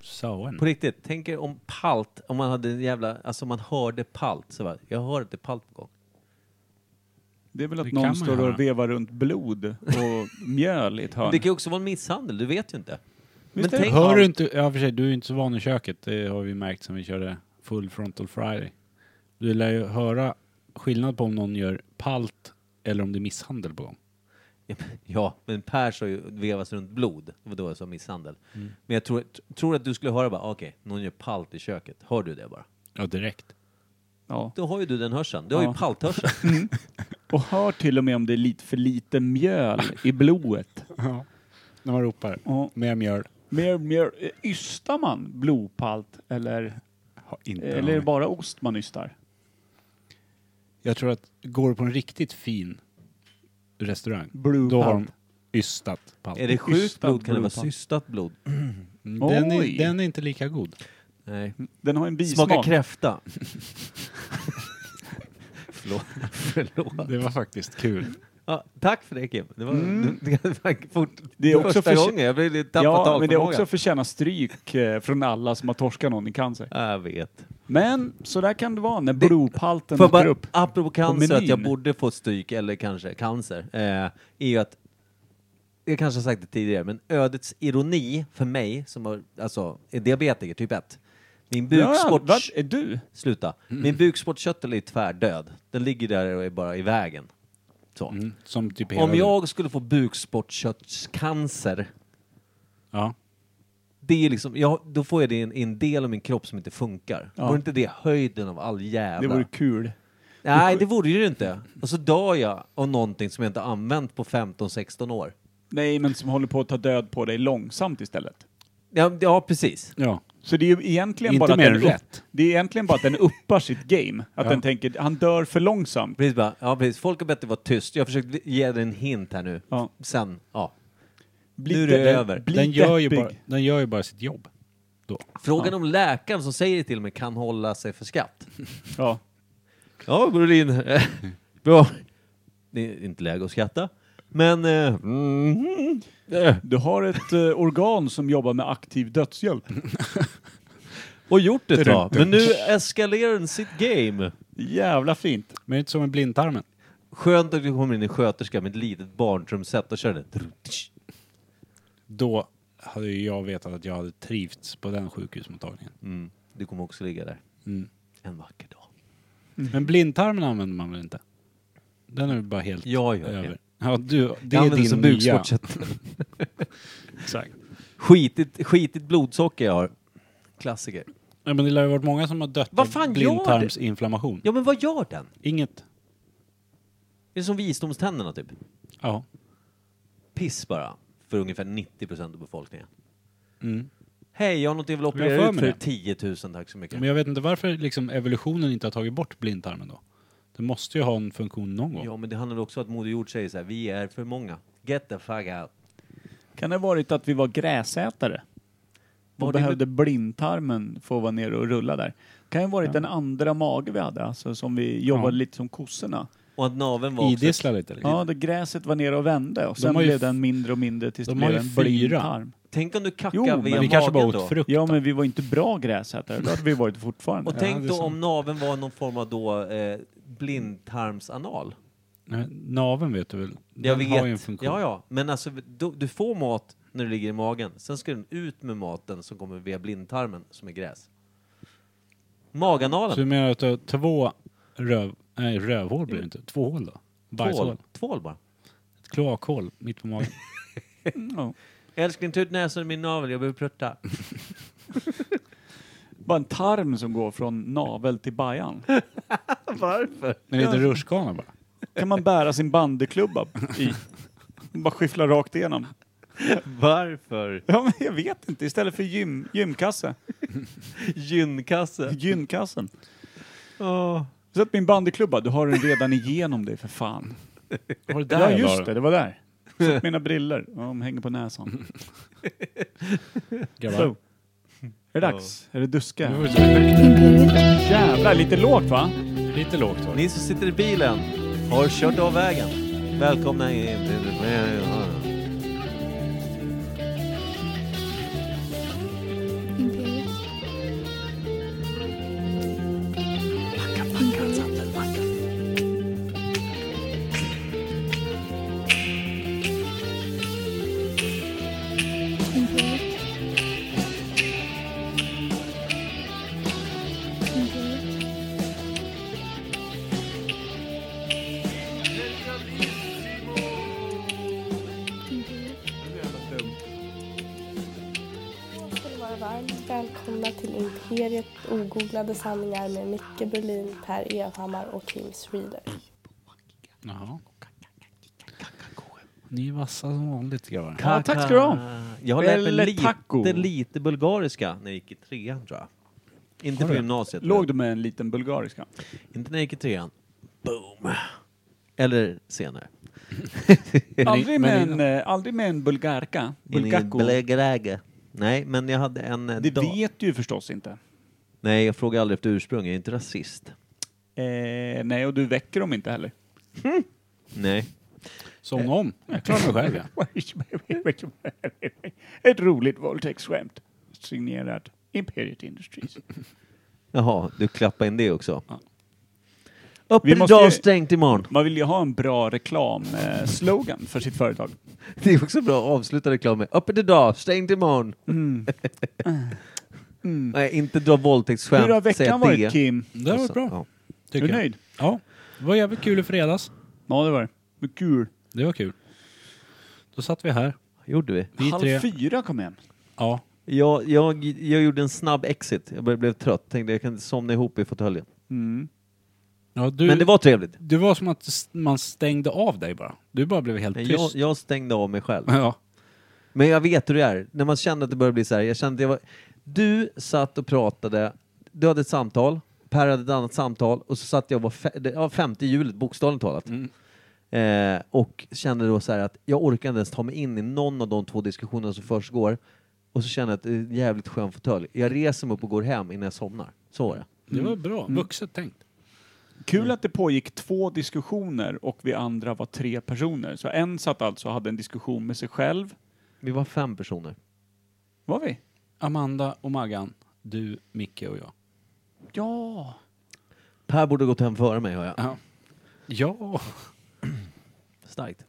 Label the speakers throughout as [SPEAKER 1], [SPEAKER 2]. [SPEAKER 1] Sauen.
[SPEAKER 2] På riktigt, tänk er om palt, om man hade en jävla, alltså om man hörde palt så bara, jag hör inte palt på gång.
[SPEAKER 3] Det är väl
[SPEAKER 1] Det
[SPEAKER 3] att
[SPEAKER 1] kan man
[SPEAKER 3] någon står
[SPEAKER 1] göra.
[SPEAKER 3] och vevar runt blod och mjöl i ett hörn.
[SPEAKER 2] Det kan ju också vara en misshandel, du vet ju inte. Men
[SPEAKER 3] Visst är det?
[SPEAKER 2] tänk,
[SPEAKER 1] Hör du inte, ja för sig, du är ju inte så van i köket. Det har vi märkt sen vi körde Full Frontal Friday. Du lär ju höra skillnad på om någon gör palt eller om det är misshandel på gång.
[SPEAKER 2] ja, men Per sa ju vevas runt blod, det var då jag sa misshandel.
[SPEAKER 3] Mm.
[SPEAKER 2] Men jag tror, t- tror att du skulle höra bara, okej, någon gör palt i köket. Hör du det bara?
[SPEAKER 1] Ja, direkt.
[SPEAKER 3] Ja.
[SPEAKER 2] Då har ju du den hörseln, du har ju
[SPEAKER 3] Ja.
[SPEAKER 2] palthörseln.
[SPEAKER 3] Och hör till och med om det är lite för lite mjöl i blodet.
[SPEAKER 1] Ja. När man ropar.
[SPEAKER 3] Ja.
[SPEAKER 1] Med mjöl.
[SPEAKER 3] Mer mjöl. eh, Ystar man blodpalt eller,
[SPEAKER 1] Har inte en
[SPEAKER 3] eller är det
[SPEAKER 1] aning.
[SPEAKER 3] bara ost man ystar?
[SPEAKER 1] Jag tror att går du på en riktigt fin restaurang,
[SPEAKER 3] Blue
[SPEAKER 1] då har de
[SPEAKER 3] palt.
[SPEAKER 1] ystat palt.
[SPEAKER 2] Är det sjukt
[SPEAKER 3] Systat
[SPEAKER 2] blod kan det vara
[SPEAKER 3] blodpalt.
[SPEAKER 2] systat blod.
[SPEAKER 1] Mm, den,
[SPEAKER 3] Oj.
[SPEAKER 1] är, den är inte lika god.
[SPEAKER 2] Nej.
[SPEAKER 3] Den har en bismak.
[SPEAKER 2] Smaka kräfta. Förlåt. Förlåt.
[SPEAKER 1] Det var faktiskt kul.
[SPEAKER 2] Ja, tack för det Kim. Det var, det, var fort,
[SPEAKER 3] Mm. Det är också
[SPEAKER 2] första
[SPEAKER 3] för-
[SPEAKER 2] gången. Jag blev lite tappad
[SPEAKER 3] Ja,
[SPEAKER 2] av
[SPEAKER 3] men det är
[SPEAKER 2] förmågan.
[SPEAKER 3] också förtjäna stryk eh, från alla som har torskat någon i cancer.
[SPEAKER 2] Ja, Jag vet.
[SPEAKER 3] Men så där kan det vara när blodpalten
[SPEAKER 2] Får jag
[SPEAKER 3] åker
[SPEAKER 2] bara,
[SPEAKER 3] upp.
[SPEAKER 2] apropå cancer, att jag
[SPEAKER 3] menyn.
[SPEAKER 2] borde få stryk, eller kanske cancer, eh, är ju att jag kanske har sagt det tidigare, men ödets ironi för mig som har, alltså, är diabetiker typ 1. Min
[SPEAKER 3] Ja, Mm.
[SPEAKER 2] bukspott...
[SPEAKER 3] vad är du?
[SPEAKER 2] Sluta. Min bukspottkörtel är tvärdöd. Den ligger där och är bara i vägen. Så.
[SPEAKER 1] Mm, som typ hela
[SPEAKER 2] Om jag skulle få bukspottkörtelcancer,
[SPEAKER 1] Ja.
[SPEAKER 2] det är liksom, jag, då får jag det i en, i en del av min kropp som inte funkar.
[SPEAKER 3] Ja.
[SPEAKER 2] Vore inte det höjden av all jävla...
[SPEAKER 3] Det vore kul.
[SPEAKER 2] Nej, det vore ju inte. Och så dör jag av någonting som jag inte har använt på 15-16 år.
[SPEAKER 3] Nej, men som håller på att ta död på dig långsamt istället.
[SPEAKER 2] Ja, ja precis.
[SPEAKER 1] ja.
[SPEAKER 3] Så det är ju egentligen
[SPEAKER 1] Inte
[SPEAKER 3] bara att
[SPEAKER 1] mer
[SPEAKER 3] den
[SPEAKER 1] än
[SPEAKER 3] upp-
[SPEAKER 1] rätt.
[SPEAKER 3] Det är egentligen bara att den uppar sitt game. Att den tänker, han dör för långsamt.
[SPEAKER 2] precis bara, ja, precis. Folk har bett dig vara tyst. Jag har försökt ge dig en hint här nu.
[SPEAKER 3] Ja.
[SPEAKER 2] Sen, ja.
[SPEAKER 3] Bli
[SPEAKER 2] Nu är det
[SPEAKER 3] depp-
[SPEAKER 2] över.
[SPEAKER 3] bli
[SPEAKER 1] Den, gör ju
[SPEAKER 3] deppig.
[SPEAKER 1] bara, den gör ju bara sitt jobb. Då.
[SPEAKER 2] Frågan om läkaren som säger det till mig kan hålla sig för skatt.
[SPEAKER 3] Ja.
[SPEAKER 2] Ja, Brolin. Bra. Det är inte läge att skratta. Men... Eh, mm, eh,
[SPEAKER 3] Du har ett eh, organ som jobbar med aktiv dödshjälp.
[SPEAKER 2] och gjort ett tag. Men nu eskalerar den sitt game.
[SPEAKER 3] Jävla fint.
[SPEAKER 1] Men det är inte som en blindtarmen.
[SPEAKER 2] Skönt att det kommer in en sköterska med ett litet barntrumset och kör den.
[SPEAKER 1] Då hade ju jag vetat att jag hade trivts på den sjukhusmottagningen. Mm.
[SPEAKER 2] Mm. Du kommer också ligga där en vacker dag. Mm.
[SPEAKER 1] Men blindtarmen använder man väl inte? Den är ju bara helt
[SPEAKER 2] Jag gör det.
[SPEAKER 1] över. Ja, du, det
[SPEAKER 2] Jag
[SPEAKER 1] är
[SPEAKER 2] använder
[SPEAKER 1] din
[SPEAKER 2] som
[SPEAKER 1] nya.
[SPEAKER 2] bukspottkörtel.
[SPEAKER 1] Exakt.
[SPEAKER 2] Skitigt, skitigt blodsocker jag har. Klassiker.
[SPEAKER 1] Ja, men det lär ju varit många som har dött
[SPEAKER 2] Vad
[SPEAKER 1] av
[SPEAKER 2] fan gör det?
[SPEAKER 1] blindtarmsinflammation.
[SPEAKER 2] Ja, men vad gör den?
[SPEAKER 1] Inget.
[SPEAKER 2] Det är som visdomständerna typ.
[SPEAKER 1] Ja.
[SPEAKER 2] Piss bara. För ungefär 90% av befolkningen.
[SPEAKER 1] Mm.
[SPEAKER 2] Hej, jag har något jag vill
[SPEAKER 1] Jag har
[SPEAKER 2] operera
[SPEAKER 1] för
[SPEAKER 2] ut
[SPEAKER 1] mig
[SPEAKER 2] för
[SPEAKER 1] det.
[SPEAKER 2] 10 000 tack så mycket.
[SPEAKER 1] Men jag vet inte varför liksom evolutionen inte har tagit bort blindtarmen då. Den måste ju ha en funktion någon gång.
[SPEAKER 2] Ja, men det handlar också om att Moder Jord säger så här, vi är för många. Get the fuck out.
[SPEAKER 3] Kan det ha varit att vi var gräsätare?
[SPEAKER 2] Var
[SPEAKER 3] Och
[SPEAKER 2] det-
[SPEAKER 3] behövde blindtarmen för att vara nere och rulla där. Kan ju ha varit den andra mage vi hade, alltså som vi jobbade
[SPEAKER 1] Ja.
[SPEAKER 3] lite som kossorna.
[SPEAKER 2] Och att naveln var också...
[SPEAKER 1] Idissla lite. Liksom.
[SPEAKER 3] Ja, det gräset var nere och vände och
[SPEAKER 1] De
[SPEAKER 3] sen
[SPEAKER 1] har ju
[SPEAKER 3] blev
[SPEAKER 1] f-
[SPEAKER 3] den mindre och mindre tills det
[SPEAKER 1] de har
[SPEAKER 3] blev
[SPEAKER 1] ju
[SPEAKER 3] en
[SPEAKER 1] fyra.
[SPEAKER 3] blindtarm.
[SPEAKER 2] Tänk om du kackar
[SPEAKER 3] Jo,
[SPEAKER 2] via
[SPEAKER 3] men vi
[SPEAKER 1] Men vi
[SPEAKER 2] magen
[SPEAKER 1] kanske bara
[SPEAKER 2] då.
[SPEAKER 1] åt frukt.
[SPEAKER 3] Ja, men vi var inte bra gräsätare. Då hade vi varit fortfarande.
[SPEAKER 2] Och
[SPEAKER 1] Ja,
[SPEAKER 2] tänk
[SPEAKER 1] det är
[SPEAKER 2] då
[SPEAKER 1] sant.
[SPEAKER 2] om naveln var någon form av då eh, blindtarmsanal.
[SPEAKER 1] Nej, Naveln vet du väl? Den
[SPEAKER 2] Jag
[SPEAKER 1] har ju en
[SPEAKER 2] vet.
[SPEAKER 1] funktion.
[SPEAKER 2] Ja, ja. Men alltså, du, du får mat när du ligger i magen. Sen ska den ut med maten som kommer via blindtarmen, som är gräs.
[SPEAKER 1] Så
[SPEAKER 2] Maganalen.
[SPEAKER 1] du menar att du har två röv... Nej, rövhål blir det inte. Två hål då? Bajshål.
[SPEAKER 2] Tvål. Tvål bara.
[SPEAKER 1] Ett kloakhål mitt på magen.
[SPEAKER 3] Ja.
[SPEAKER 2] Älskling, ta ut näsan ur min navel, jag behöver prutta.
[SPEAKER 3] Bara en tarm som går från navel till bajan.
[SPEAKER 2] Varför?
[SPEAKER 1] Men det är inte rutschkana bara.
[SPEAKER 3] kan man bära sin bandeklubba i. Bara skyffla rakt igenom.
[SPEAKER 2] Varför?
[SPEAKER 3] Ja, men jag vet inte. Istället för gym, gymkasse.
[SPEAKER 2] Gynkasse.
[SPEAKER 3] Gynkassen.
[SPEAKER 2] Åh.
[SPEAKER 3] Sätt min bandeklubba. Du har den redan igenom dig för fan.
[SPEAKER 1] Var det
[SPEAKER 3] Ja,
[SPEAKER 1] jag la
[SPEAKER 3] just
[SPEAKER 1] den?
[SPEAKER 3] det. Det var där. Sätt mina briller. Ja, de hänger på näsan.
[SPEAKER 1] Grabbar.
[SPEAKER 3] Så. Är det dags? Är det duska?
[SPEAKER 1] Nu var det så högt.
[SPEAKER 4] Imperiet.
[SPEAKER 3] Jävlar, lite lågt va?
[SPEAKER 1] Lite lågt var det.
[SPEAKER 2] Ni som sitter i bilen har kört av vägen. Välkomna in.
[SPEAKER 4] Imperiet. och varmt välkomna till Imperiet ogooglade sanningar med Micke Berlin, Per Evhammar och Kim Reader.
[SPEAKER 1] Jaha. Ni är vassa som vanligt grabbar.
[SPEAKER 3] Ja, tack ska du ha.
[SPEAKER 2] Jag har lärt mig
[SPEAKER 3] Eller taco.
[SPEAKER 2] lite, lite bulgariska när jag gick i trean tror jag. Inte på gymnasiet. tror jag.
[SPEAKER 3] Låg du med en liten bulgariska?
[SPEAKER 2] Inte när jag gick i trean. Boom. Eller senare.
[SPEAKER 3] Aldrig med, en, eh, aldrig med en bulgarka?
[SPEAKER 2] In i
[SPEAKER 3] Bulgako?
[SPEAKER 2] Belgräge. Nej, men jag hade en eh,
[SPEAKER 3] Det
[SPEAKER 2] dag.
[SPEAKER 3] vet du ju förstås inte.
[SPEAKER 2] Nej, jag frågar aldrig efter ursprung. Jag är inte rasist.
[SPEAKER 3] Eh, nej, och du väcker dem inte heller.
[SPEAKER 2] Nej.
[SPEAKER 1] Somna om. Jag klarar mig själv ja.
[SPEAKER 3] Ett roligt våldtäktsskämt. Signerat Imperiet Industries.
[SPEAKER 2] Jaha, du klappade in det också.
[SPEAKER 1] Ja.
[SPEAKER 2] Öppet
[SPEAKER 3] Vi måste
[SPEAKER 2] idag,
[SPEAKER 3] ju-
[SPEAKER 2] stängt imorgon.
[SPEAKER 3] Man vill ju ha en bra reklamslogan för sitt företag.
[SPEAKER 2] Det är också bra att avsluta reklam med. Öppet idag, stängt imorgon.
[SPEAKER 3] Mm.
[SPEAKER 2] Nej, inte dra våldtäktsskämt.
[SPEAKER 3] Hur har
[SPEAKER 2] säga
[SPEAKER 3] veckan
[SPEAKER 2] det.
[SPEAKER 3] varit Kim?
[SPEAKER 1] Det har
[SPEAKER 2] Och
[SPEAKER 1] varit
[SPEAKER 2] så-
[SPEAKER 1] bra.
[SPEAKER 2] ja.
[SPEAKER 3] Är
[SPEAKER 1] Tycker
[SPEAKER 3] du
[SPEAKER 1] jag.
[SPEAKER 3] nöjd?
[SPEAKER 1] Ja. Det var jävligt kul i fredags.
[SPEAKER 3] Ja, det var det. Men Kul.
[SPEAKER 1] Det var kul. Då satt vi här.
[SPEAKER 2] Gjorde vi?
[SPEAKER 1] Vi
[SPEAKER 3] Halv
[SPEAKER 1] tre.
[SPEAKER 3] fyra kom hem.
[SPEAKER 1] Ja.
[SPEAKER 2] Jag, jag, jag gjorde en snabb exit. Jag började- blev trött. Tänkte jag kan somna ihop i fåtöljen.
[SPEAKER 3] Mm.
[SPEAKER 1] ja du,
[SPEAKER 2] Men det var trevligt.
[SPEAKER 1] det var som att s- man stängde av dig bara. Du bara blev helt
[SPEAKER 2] Men Jag,
[SPEAKER 1] tyst.
[SPEAKER 2] jag stängde av mig själv.
[SPEAKER 1] Ja.
[SPEAKER 2] Men jag vet hur det är. När man känner att det börjar bli så här. Jag kände att jag var... Du satt och pratade. Du hade ett samtal. Per hade ett annat samtal. Och så satt jag och var fe... det- ja, femte i hjulet, bokstavligt talat.
[SPEAKER 1] Mm.
[SPEAKER 2] Eh, och kände då så här att jag orkar inte ens ta mig in i någon av de två diskussionerna som försiggår. Och så kände jag att det är en jävligt skön fåtölj. Jag reser mig upp och går hem innan jag somnar. Så var det.
[SPEAKER 1] Det var bra. Vuxet tänkt.
[SPEAKER 3] Kul att det pågick två diskussioner och vi andra var tre personer. Så en satt alltså och hade en diskussion med sig själv.
[SPEAKER 2] Vi var fem personer.
[SPEAKER 3] Var vi?
[SPEAKER 1] Amanda och Maggan. Du, Micke och jag.
[SPEAKER 3] Ja.
[SPEAKER 2] Per borde gått hem före mig, hör jag.
[SPEAKER 1] Ja. Ja.
[SPEAKER 2] Starkt.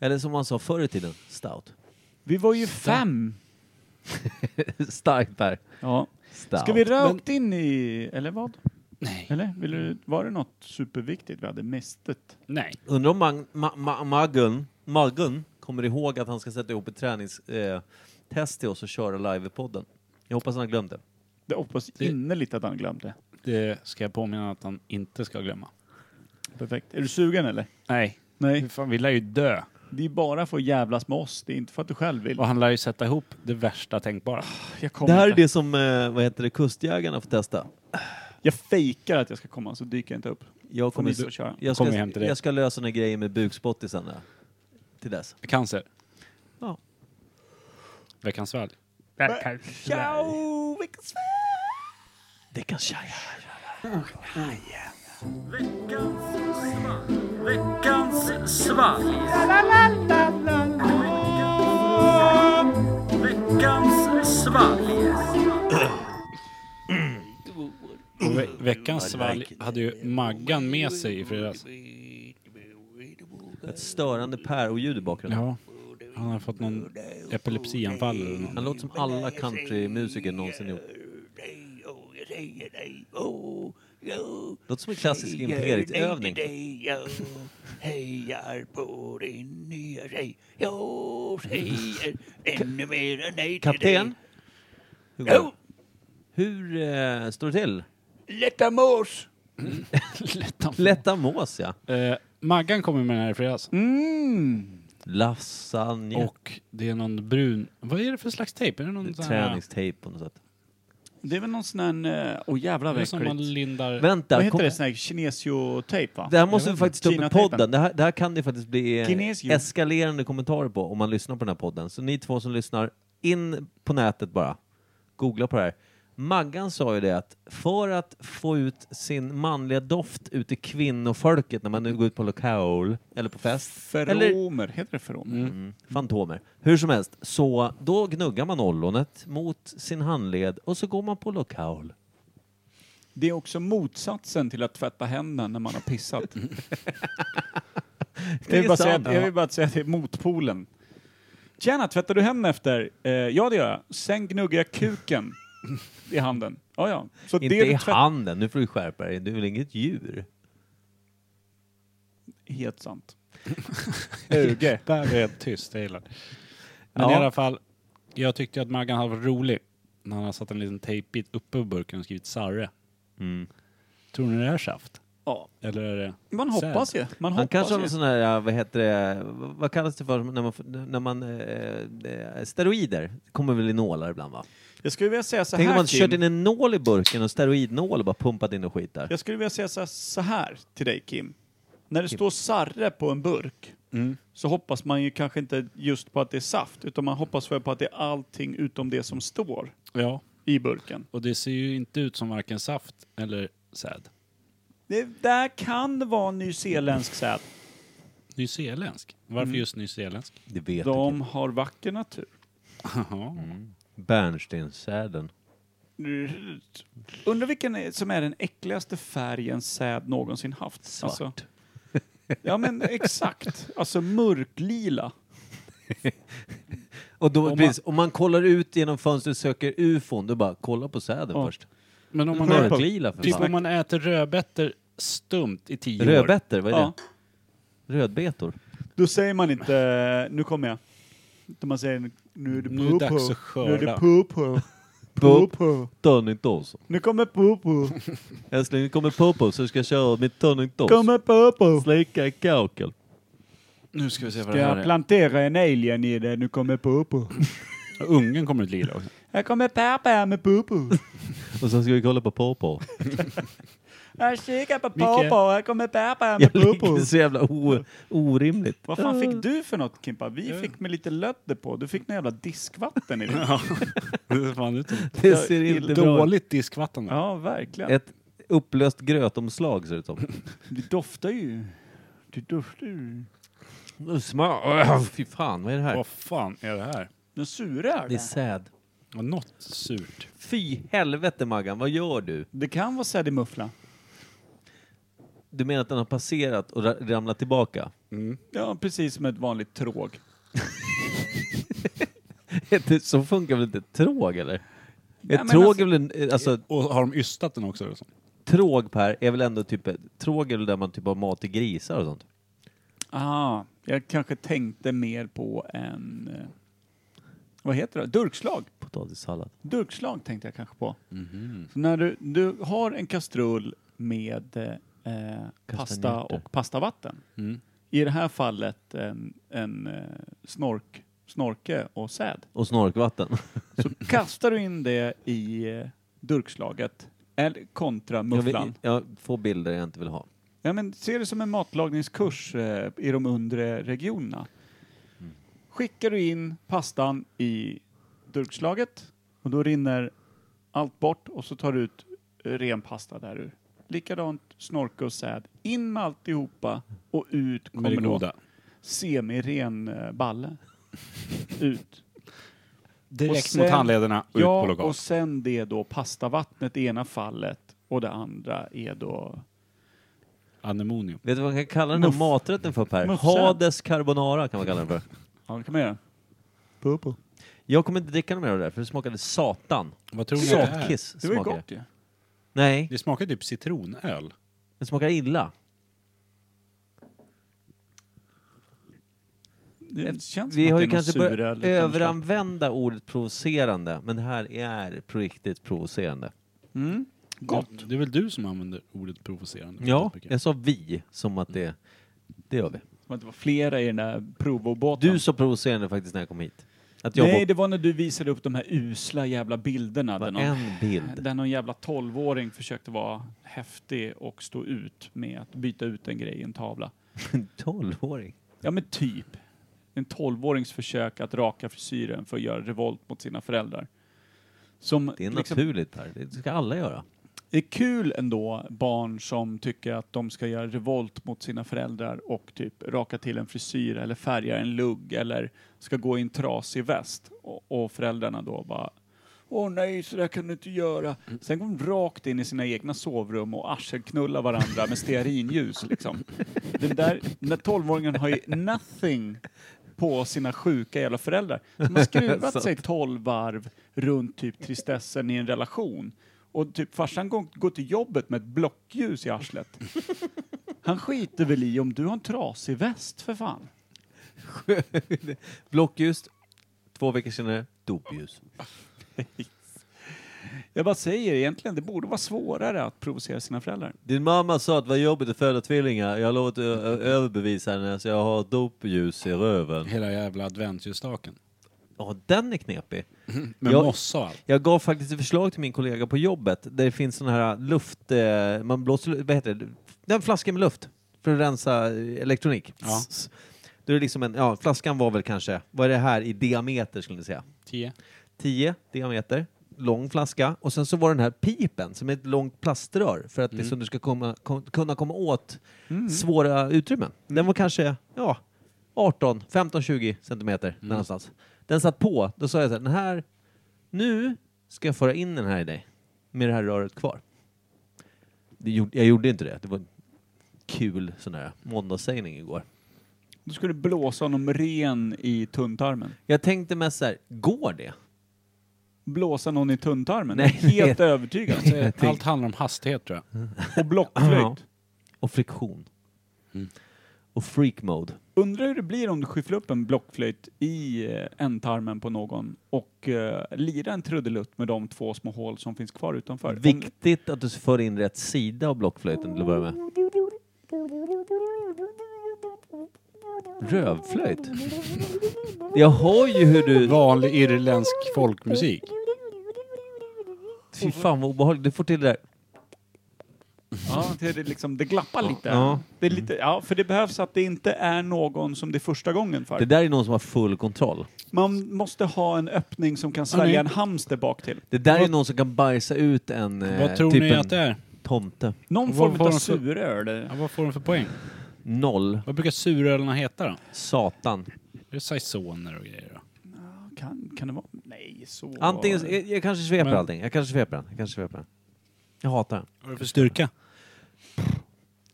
[SPEAKER 2] Eller som man sa förr i tiden, stout.
[SPEAKER 3] Vi var ju fem.
[SPEAKER 2] Starkt Per.
[SPEAKER 3] Ja.
[SPEAKER 2] Stout.
[SPEAKER 3] Ska vi rakt in i... Eller vad?
[SPEAKER 1] Nej.
[SPEAKER 3] Eller? Vill du, var det något superviktigt vi hade mistet?
[SPEAKER 1] Nej.
[SPEAKER 2] Undrar om Mag- Ma- Ma- Magun, Magun kommer ihåg att han ska sätta ihop ett träningstest eh, test till oss och köra live i podden. Jag hoppas han har glömt det.
[SPEAKER 3] Det hoppas
[SPEAKER 1] Det-
[SPEAKER 3] innerligt att han glömde.
[SPEAKER 1] Det ska jag påminna att han inte ska glömma.
[SPEAKER 3] Perfekt. Är du sugen eller?
[SPEAKER 1] Nej.
[SPEAKER 3] Nej.
[SPEAKER 1] Fan, vi lär ju dö.
[SPEAKER 3] Det är bara för att jävlas med oss. Det är inte för att du själv vill.
[SPEAKER 1] Och han lär ju sätta ihop det värsta tänkbara.
[SPEAKER 3] Jag,
[SPEAKER 2] Det
[SPEAKER 3] kommer
[SPEAKER 2] här är
[SPEAKER 3] inte.
[SPEAKER 2] det som eh, vad heter det, Kustjägarna får testa.
[SPEAKER 3] jag fejkar att jag ska komma så dyker jag inte upp.
[SPEAKER 2] Jag
[SPEAKER 3] Får ni
[SPEAKER 2] kommer,
[SPEAKER 3] så köra.
[SPEAKER 2] jag, ska,
[SPEAKER 1] Kommer hem till dig.
[SPEAKER 2] jag ska lösa den här grejen med bukspottisarna. Till dess.
[SPEAKER 1] Cancer.
[SPEAKER 2] Ja.
[SPEAKER 1] Veckans svalg.
[SPEAKER 3] Ciao! Vilken sväng!
[SPEAKER 2] Det kan tjejer.
[SPEAKER 1] Ve veckans svalg hade ju Maggan med sig i fredags.
[SPEAKER 2] Ett störande Per och ljud i bakgrunden.
[SPEAKER 1] Ja. Han har fått någon epilepsianfall eller något.
[SPEAKER 2] Han låter som alla countrymusiker någonsin gjort. Låter som en klassisk Imperiet-övning.
[SPEAKER 5] Hejar på din nya tjej. Jag säger ännu mer än nej till
[SPEAKER 2] Kapten?
[SPEAKER 5] dig.
[SPEAKER 2] Hur, går det? Hur eh, står det till?
[SPEAKER 5] Lätta mås!
[SPEAKER 2] Lätta mås, ja.
[SPEAKER 1] Eh, Maggan kommer med den här i fredags.
[SPEAKER 2] Lasagne.
[SPEAKER 1] Och det är någon brun... Vad är det för slags tejp? Är det någon sån här...
[SPEAKER 2] Träningstejp på något sätt.
[SPEAKER 3] Det är väl någon sån här... eh, Åh jävlar
[SPEAKER 1] Det
[SPEAKER 3] vad
[SPEAKER 1] är som man
[SPEAKER 3] äckligt.
[SPEAKER 1] lindar...
[SPEAKER 2] Vänta,
[SPEAKER 3] Vad heter
[SPEAKER 2] kom,
[SPEAKER 3] det? Sån här kinesiotejp va?
[SPEAKER 2] det här måste
[SPEAKER 3] Jag
[SPEAKER 2] vi
[SPEAKER 3] vet
[SPEAKER 2] faktiskt ta
[SPEAKER 3] inte.
[SPEAKER 2] upp i
[SPEAKER 3] Kinatejpen.
[SPEAKER 2] podden. Det här, det här kan det faktiskt bli eh,
[SPEAKER 3] Kinesio.
[SPEAKER 2] eskalerande kommentarer på om man lyssnar på den här podden. Så ni två som lyssnar, in på nätet bara. Googla på det här. Maggan sa ju det att för att få ut sin manliga doft ut i kvinnofolket när man nu går ut på lokal eller på fest. Eller
[SPEAKER 3] Feromer, heter det feromer?
[SPEAKER 2] Mm. Fantomer. Hur som helst, så då gnuggar man ollonet mot sin handled och så går man på lokal.
[SPEAKER 3] Det är också motsatsen till att tvätta händerna när man har pissat.
[SPEAKER 2] Mm.
[SPEAKER 3] jag, vill bara säga, att- jag vill bara säga att det är motpolen. Tjena, tvättar du händerna efter? Eh, ja, det gör jag. Sen gnuggar jag kuken i handen. Ja, ja. Så
[SPEAKER 2] Inte
[SPEAKER 3] det
[SPEAKER 2] i
[SPEAKER 3] du tvätt-
[SPEAKER 2] handen, nu får du skärpa dig. Du är väl inget djur?
[SPEAKER 3] Helt sant.
[SPEAKER 1] Uge. Där är jag tyst, jag gillar det. Men
[SPEAKER 2] Ja.
[SPEAKER 1] i alla fall, Jag tyckte att Maggan hade varit rolig när han hade satt en liten tejpbit uppe på burken och skrivit sarre. Tror ni det är saft?
[SPEAKER 3] Ja.
[SPEAKER 1] Eller är det...
[SPEAKER 3] Man hoppas ju.
[SPEAKER 2] Han
[SPEAKER 3] Man hoppas
[SPEAKER 2] kanske har
[SPEAKER 3] ju.
[SPEAKER 2] någon sån här, eh, vad heter det, vad kallas det för när man, när man eh, eh, steroider? Det kommer väl i nålar ibland va?
[SPEAKER 3] Jag skulle vilja säga så
[SPEAKER 2] Tänk om
[SPEAKER 3] här
[SPEAKER 2] man kört
[SPEAKER 3] Kim.
[SPEAKER 2] in en nål i burken, och steroidnål och bara pumpat in och skit där.
[SPEAKER 3] Jag skulle vilja säga så här- så här till dig Kim. Mm. När det står sarre på en burk så hoppas man ju kanske inte just på att det är saft utan man hoppas väl på att det är allting utom det som står
[SPEAKER 1] Ja.
[SPEAKER 3] i burken.
[SPEAKER 1] Och det ser ju inte ut som varken saft eller säd.
[SPEAKER 3] Det där kan vara nyzeeländsk säd.
[SPEAKER 1] Nyzeeländsk. Varför just nyzeeländsk?
[SPEAKER 2] Det vet
[SPEAKER 3] De har vacker natur.
[SPEAKER 1] Jaha.
[SPEAKER 2] Bärnstenssäden.
[SPEAKER 3] Undrar vilken är- som är den äckligaste färgen säd någonsin haft. Svart. ja men exakt. Alltså mörklila.
[SPEAKER 2] Och då,
[SPEAKER 1] Om man-
[SPEAKER 2] precis, om man kollar ut genom fönstret och söker ufon, då bara kolla på säden
[SPEAKER 3] Ja.
[SPEAKER 2] först.
[SPEAKER 1] Men om man, äter,
[SPEAKER 2] Mörklila för
[SPEAKER 1] typ
[SPEAKER 2] fan.
[SPEAKER 1] om man äter rödbetor stumt i tio år.
[SPEAKER 2] Rödbetor, vad är
[SPEAKER 3] Ja.
[SPEAKER 2] det? Rödbetor?
[SPEAKER 3] Då säger man inte nu kommer jag. Utan man säger nu är det
[SPEAKER 1] Nu är det
[SPEAKER 3] popo.
[SPEAKER 1] dags att skörda.
[SPEAKER 3] Nu är det popo. Popo.
[SPEAKER 2] Tonic Dose.
[SPEAKER 3] Nu kommer popo.
[SPEAKER 2] Älskling, det kommer popo så ska jag köra mitt tonic Dose.
[SPEAKER 3] Kommer popo.
[SPEAKER 2] Slicka kakel.
[SPEAKER 1] Nu ska vi se vad
[SPEAKER 3] Ska
[SPEAKER 1] det här
[SPEAKER 3] jag
[SPEAKER 1] är.
[SPEAKER 3] plantera en alien i det? Nu kommer popo.
[SPEAKER 1] Ungen kommer att lila också.
[SPEAKER 3] Här kommer pappa med popo.
[SPEAKER 2] Och sen ska vi kolla på popo.
[SPEAKER 3] Här kikar på
[SPEAKER 1] Micke.
[SPEAKER 3] popo. Här kommer pappa med
[SPEAKER 2] Jag ligger
[SPEAKER 3] popo.
[SPEAKER 2] så jävla o- orimligt.
[SPEAKER 3] Vad fan fick du för något Kimpa? Vi fick med lite lödder på. Du fick någon jävla diskvatten i det.
[SPEAKER 1] Ja. Det ser fan ut som
[SPEAKER 2] Det ser inte bra ut.
[SPEAKER 1] dåligt diskvatten.
[SPEAKER 3] Ja, verkligen.
[SPEAKER 2] Ett upplöst grötomslag ser det ut som.
[SPEAKER 3] Det doftar ju. Det doftar ju.
[SPEAKER 2] Smak. Fy fan, vad är det här?
[SPEAKER 1] Vad fan är det här?
[SPEAKER 3] Den sura är
[SPEAKER 2] Det är
[SPEAKER 3] det.
[SPEAKER 2] säd.
[SPEAKER 1] Ja, Något surt.
[SPEAKER 2] Fy helvete Maggan, vad gör du?
[SPEAKER 3] Det kan vara säd i muffla.
[SPEAKER 2] Du menar att den har passerat och ra- ramlat tillbaka?
[SPEAKER 3] Ja, precis som ett vanligt tråg.
[SPEAKER 2] Det- Så funkar väl inte ett tråg eller?
[SPEAKER 3] Nej,
[SPEAKER 2] ett
[SPEAKER 3] men
[SPEAKER 2] tråg
[SPEAKER 3] alltså-
[SPEAKER 2] är väl en, alltså,
[SPEAKER 1] Och har de ystat den också? Eller så?
[SPEAKER 2] tråg Per, är väl ändå typ, tråg är väl där man typ har mat till grisar och sånt?
[SPEAKER 3] Ah, jag kanske tänkte mer på en... eh, Vad heter det? Durkslag.
[SPEAKER 2] Potatissallad.
[SPEAKER 3] Durkslag tänkte jag kanske på.
[SPEAKER 2] Mhm.
[SPEAKER 3] Så när du, du har en kastrull med eh, pasta
[SPEAKER 2] Kastanjetter.
[SPEAKER 3] och pastavatten.
[SPEAKER 1] Mm.
[SPEAKER 3] I det här fallet en, en eh, snork, snorke och säd.
[SPEAKER 2] Och snorkvatten.
[SPEAKER 3] Så kastar du in det i eh, durkslaget eller kontra
[SPEAKER 2] Jag, vill,
[SPEAKER 3] mufflan.
[SPEAKER 2] jag får bilder jag inte vill ha.
[SPEAKER 3] Ja, men se det som en matlagningskurs eh, i de undre regionerna. Mm. Skickar du in pastan i durkslaget och då rinner allt bort och så tar du ut eh, ren pasta där ur. Likadant snorke och säd. In med alltihopa och ut
[SPEAKER 1] Med det
[SPEAKER 3] kommer då
[SPEAKER 1] goda.
[SPEAKER 3] semiren eh, balle. ut.
[SPEAKER 1] Direkt
[SPEAKER 3] Och sen-
[SPEAKER 1] mot handlederna och ut på
[SPEAKER 3] Ja,
[SPEAKER 1] lokal.
[SPEAKER 3] och sen det då pastavattnet i ena fallet och det andra är då...
[SPEAKER 1] Anemonium.
[SPEAKER 2] Vet du vad man kan kalla den här
[SPEAKER 3] Muff.
[SPEAKER 2] maträtten för Per?
[SPEAKER 3] Muffsäd.
[SPEAKER 2] Hades carbonara kan man kalla den för.
[SPEAKER 3] Ja, det kan man göra.
[SPEAKER 2] Jag kommer inte dricka något mer av det där för det smakade satan.
[SPEAKER 1] Vad tror ni det är?
[SPEAKER 2] Saltkiss
[SPEAKER 3] Det var ju
[SPEAKER 2] smakade
[SPEAKER 3] gott ju.
[SPEAKER 2] Nej,
[SPEAKER 1] Det smakar typ citronöl.
[SPEAKER 2] det smakar illa.
[SPEAKER 3] Det känns
[SPEAKER 2] Eh, Vi
[SPEAKER 3] som
[SPEAKER 2] har ju
[SPEAKER 3] att det liksom? är någon
[SPEAKER 2] kanske börjat
[SPEAKER 3] suröl i Kungsbacka.
[SPEAKER 2] överanvända ordet provocerande, men det här är på riktigt provocerande.
[SPEAKER 3] Mm. Gott.
[SPEAKER 1] Det är väl du som använder ordet provocerande?
[SPEAKER 2] Ja,
[SPEAKER 1] Jag...
[SPEAKER 2] jag sa vi, som att det, det gör vi.
[SPEAKER 3] Som att det var flera i den där provobåten.
[SPEAKER 2] Du sa provocerande faktiskt när jag kom hit. Att jag
[SPEAKER 3] Nej,
[SPEAKER 2] var
[SPEAKER 3] det var när du visade upp de här usla jävla bilderna. Där
[SPEAKER 2] var
[SPEAKER 3] någon,
[SPEAKER 2] en bild.
[SPEAKER 3] där någon jävla tolvåring försökte vara häftig och stå ut med att byta ut en grej i en tavla.
[SPEAKER 2] En tolvåring.
[SPEAKER 3] Ja, men typ. En tolvårings försök att raka frisyren för att göra revolt mot sina föräldrar. Som
[SPEAKER 2] Det är
[SPEAKER 3] liksom-
[SPEAKER 2] naturligt Per, det ska alla göra.
[SPEAKER 3] Det är kul ändå, barn som tycker att de ska göra revolt mot sina föräldrar och typ raka till en frisyr eller färga en lugg eller ska gå i en trasig väst. Och, och föräldrarna då bara Åh nej, så där kan du inte göra. Sen går de rakt in i sina egna sovrum och arselknullar varandra med stearinljus liksom. Den där, den där tolvåringen har ju nothing på sina sjuka jävla föräldrar. De har skruvat sig tolv varv runt typ tristessen i en relation. Och typ farsan går, går till jobbet med ett blockljus i arslet. Han skiter väl i om du har en trasig väst för fan.
[SPEAKER 2] Blockljus, två veckor senare, Dubius.
[SPEAKER 3] Jag bara säger egentligen, det borde vara svårare att provocera sina föräldrar.
[SPEAKER 2] Din mamma sa att det var jobbigt att föda tvillingar. Jag har lovat att ö- överbevisa henne så jag har ett dopljus i röven.
[SPEAKER 1] Hela jävla adventsljusstaken.
[SPEAKER 2] Ja, den är knepig.
[SPEAKER 1] Med
[SPEAKER 2] Jag-
[SPEAKER 1] mossa och allt.
[SPEAKER 2] Jag gav faktiskt ett förslag till min kollega på jobbet där det finns sån här luft... Eh, man blåser... Vad heter det? Den flaskan med luft för att rensa eh, elektronik.
[SPEAKER 1] Ja.
[SPEAKER 2] Då är det liksom en, ja, flaskan var väl kanske... Vad är det här i diameter skulle ni säga?
[SPEAKER 1] 10.
[SPEAKER 2] 10 diameter, lång flaska. Och sen så var den här pipen som är ett långt plaströr för att liksom du ska komma, kom, kunna komma åt svåra utrymmen. Den var kanske ja, 18, 15, 20 centimeter någonstans. Den satt på. Då sa jag så här, den här, nu ska jag föra in den här i dig med det här röret kvar. Det gjorde, jag gjorde inte det. Det var en kul sån här måndagssägning igår.
[SPEAKER 3] Du skulle blåsa honom ren i tunntarmen.
[SPEAKER 2] Jag tänkte mest så här, går det?
[SPEAKER 3] Blåsa någon i tunntarmen?
[SPEAKER 2] Nej.
[SPEAKER 3] Helt övertygad.
[SPEAKER 1] Alltså, Allt handlar om hastighet tror jag.
[SPEAKER 3] Och blockflöjt.
[SPEAKER 2] Och friktion. Och freak mode.
[SPEAKER 3] Undrar hur det blir om du skyfflar upp en blockflöjt i eh, ändtarmen på någon och uh, lirar en trudelutt med de två små hål som finns kvar utanför. Om,
[SPEAKER 2] Viktigt att du för in rätt sida av blockflöjten till att börja med. Rövflöjt? Jag hör ju hur du... Eh,
[SPEAKER 1] Vanlig irländsk folkmusik.
[SPEAKER 2] Fy fan vad obehagligt. Du får till det där.
[SPEAKER 3] ja, det, är liksom, det glappar lite.
[SPEAKER 2] Ja.
[SPEAKER 3] Det är lite. Ja, för det behövs att det inte är någon som det är första gången för.
[SPEAKER 2] Det där är någon som har full kontroll.
[SPEAKER 3] Man måste ha en öppning som kan svälja en hamster bak till.
[SPEAKER 2] Det där är någon som kan bajsa ut en... eh,
[SPEAKER 1] Vad tror
[SPEAKER 2] typ
[SPEAKER 1] ni
[SPEAKER 2] en
[SPEAKER 1] att det är?
[SPEAKER 2] Tomte.
[SPEAKER 3] Någon
[SPEAKER 1] Vad
[SPEAKER 3] form
[SPEAKER 1] var
[SPEAKER 3] av
[SPEAKER 1] de för-
[SPEAKER 3] suröl. eller-
[SPEAKER 1] Ja, vad får de för poäng?
[SPEAKER 2] Noll.
[SPEAKER 1] Vad brukar surölarna heta då?
[SPEAKER 2] Satan.
[SPEAKER 1] Är det saisoner och grejer då?
[SPEAKER 3] Kan, kan det vara? Nej, så...
[SPEAKER 2] Antingen... så- Jag, jag kanske sveper
[SPEAKER 1] Men-
[SPEAKER 2] allting. Jag kanske sveper den. Jag kanske sveper den. Jag hatar den.
[SPEAKER 1] Vad är det för styrka?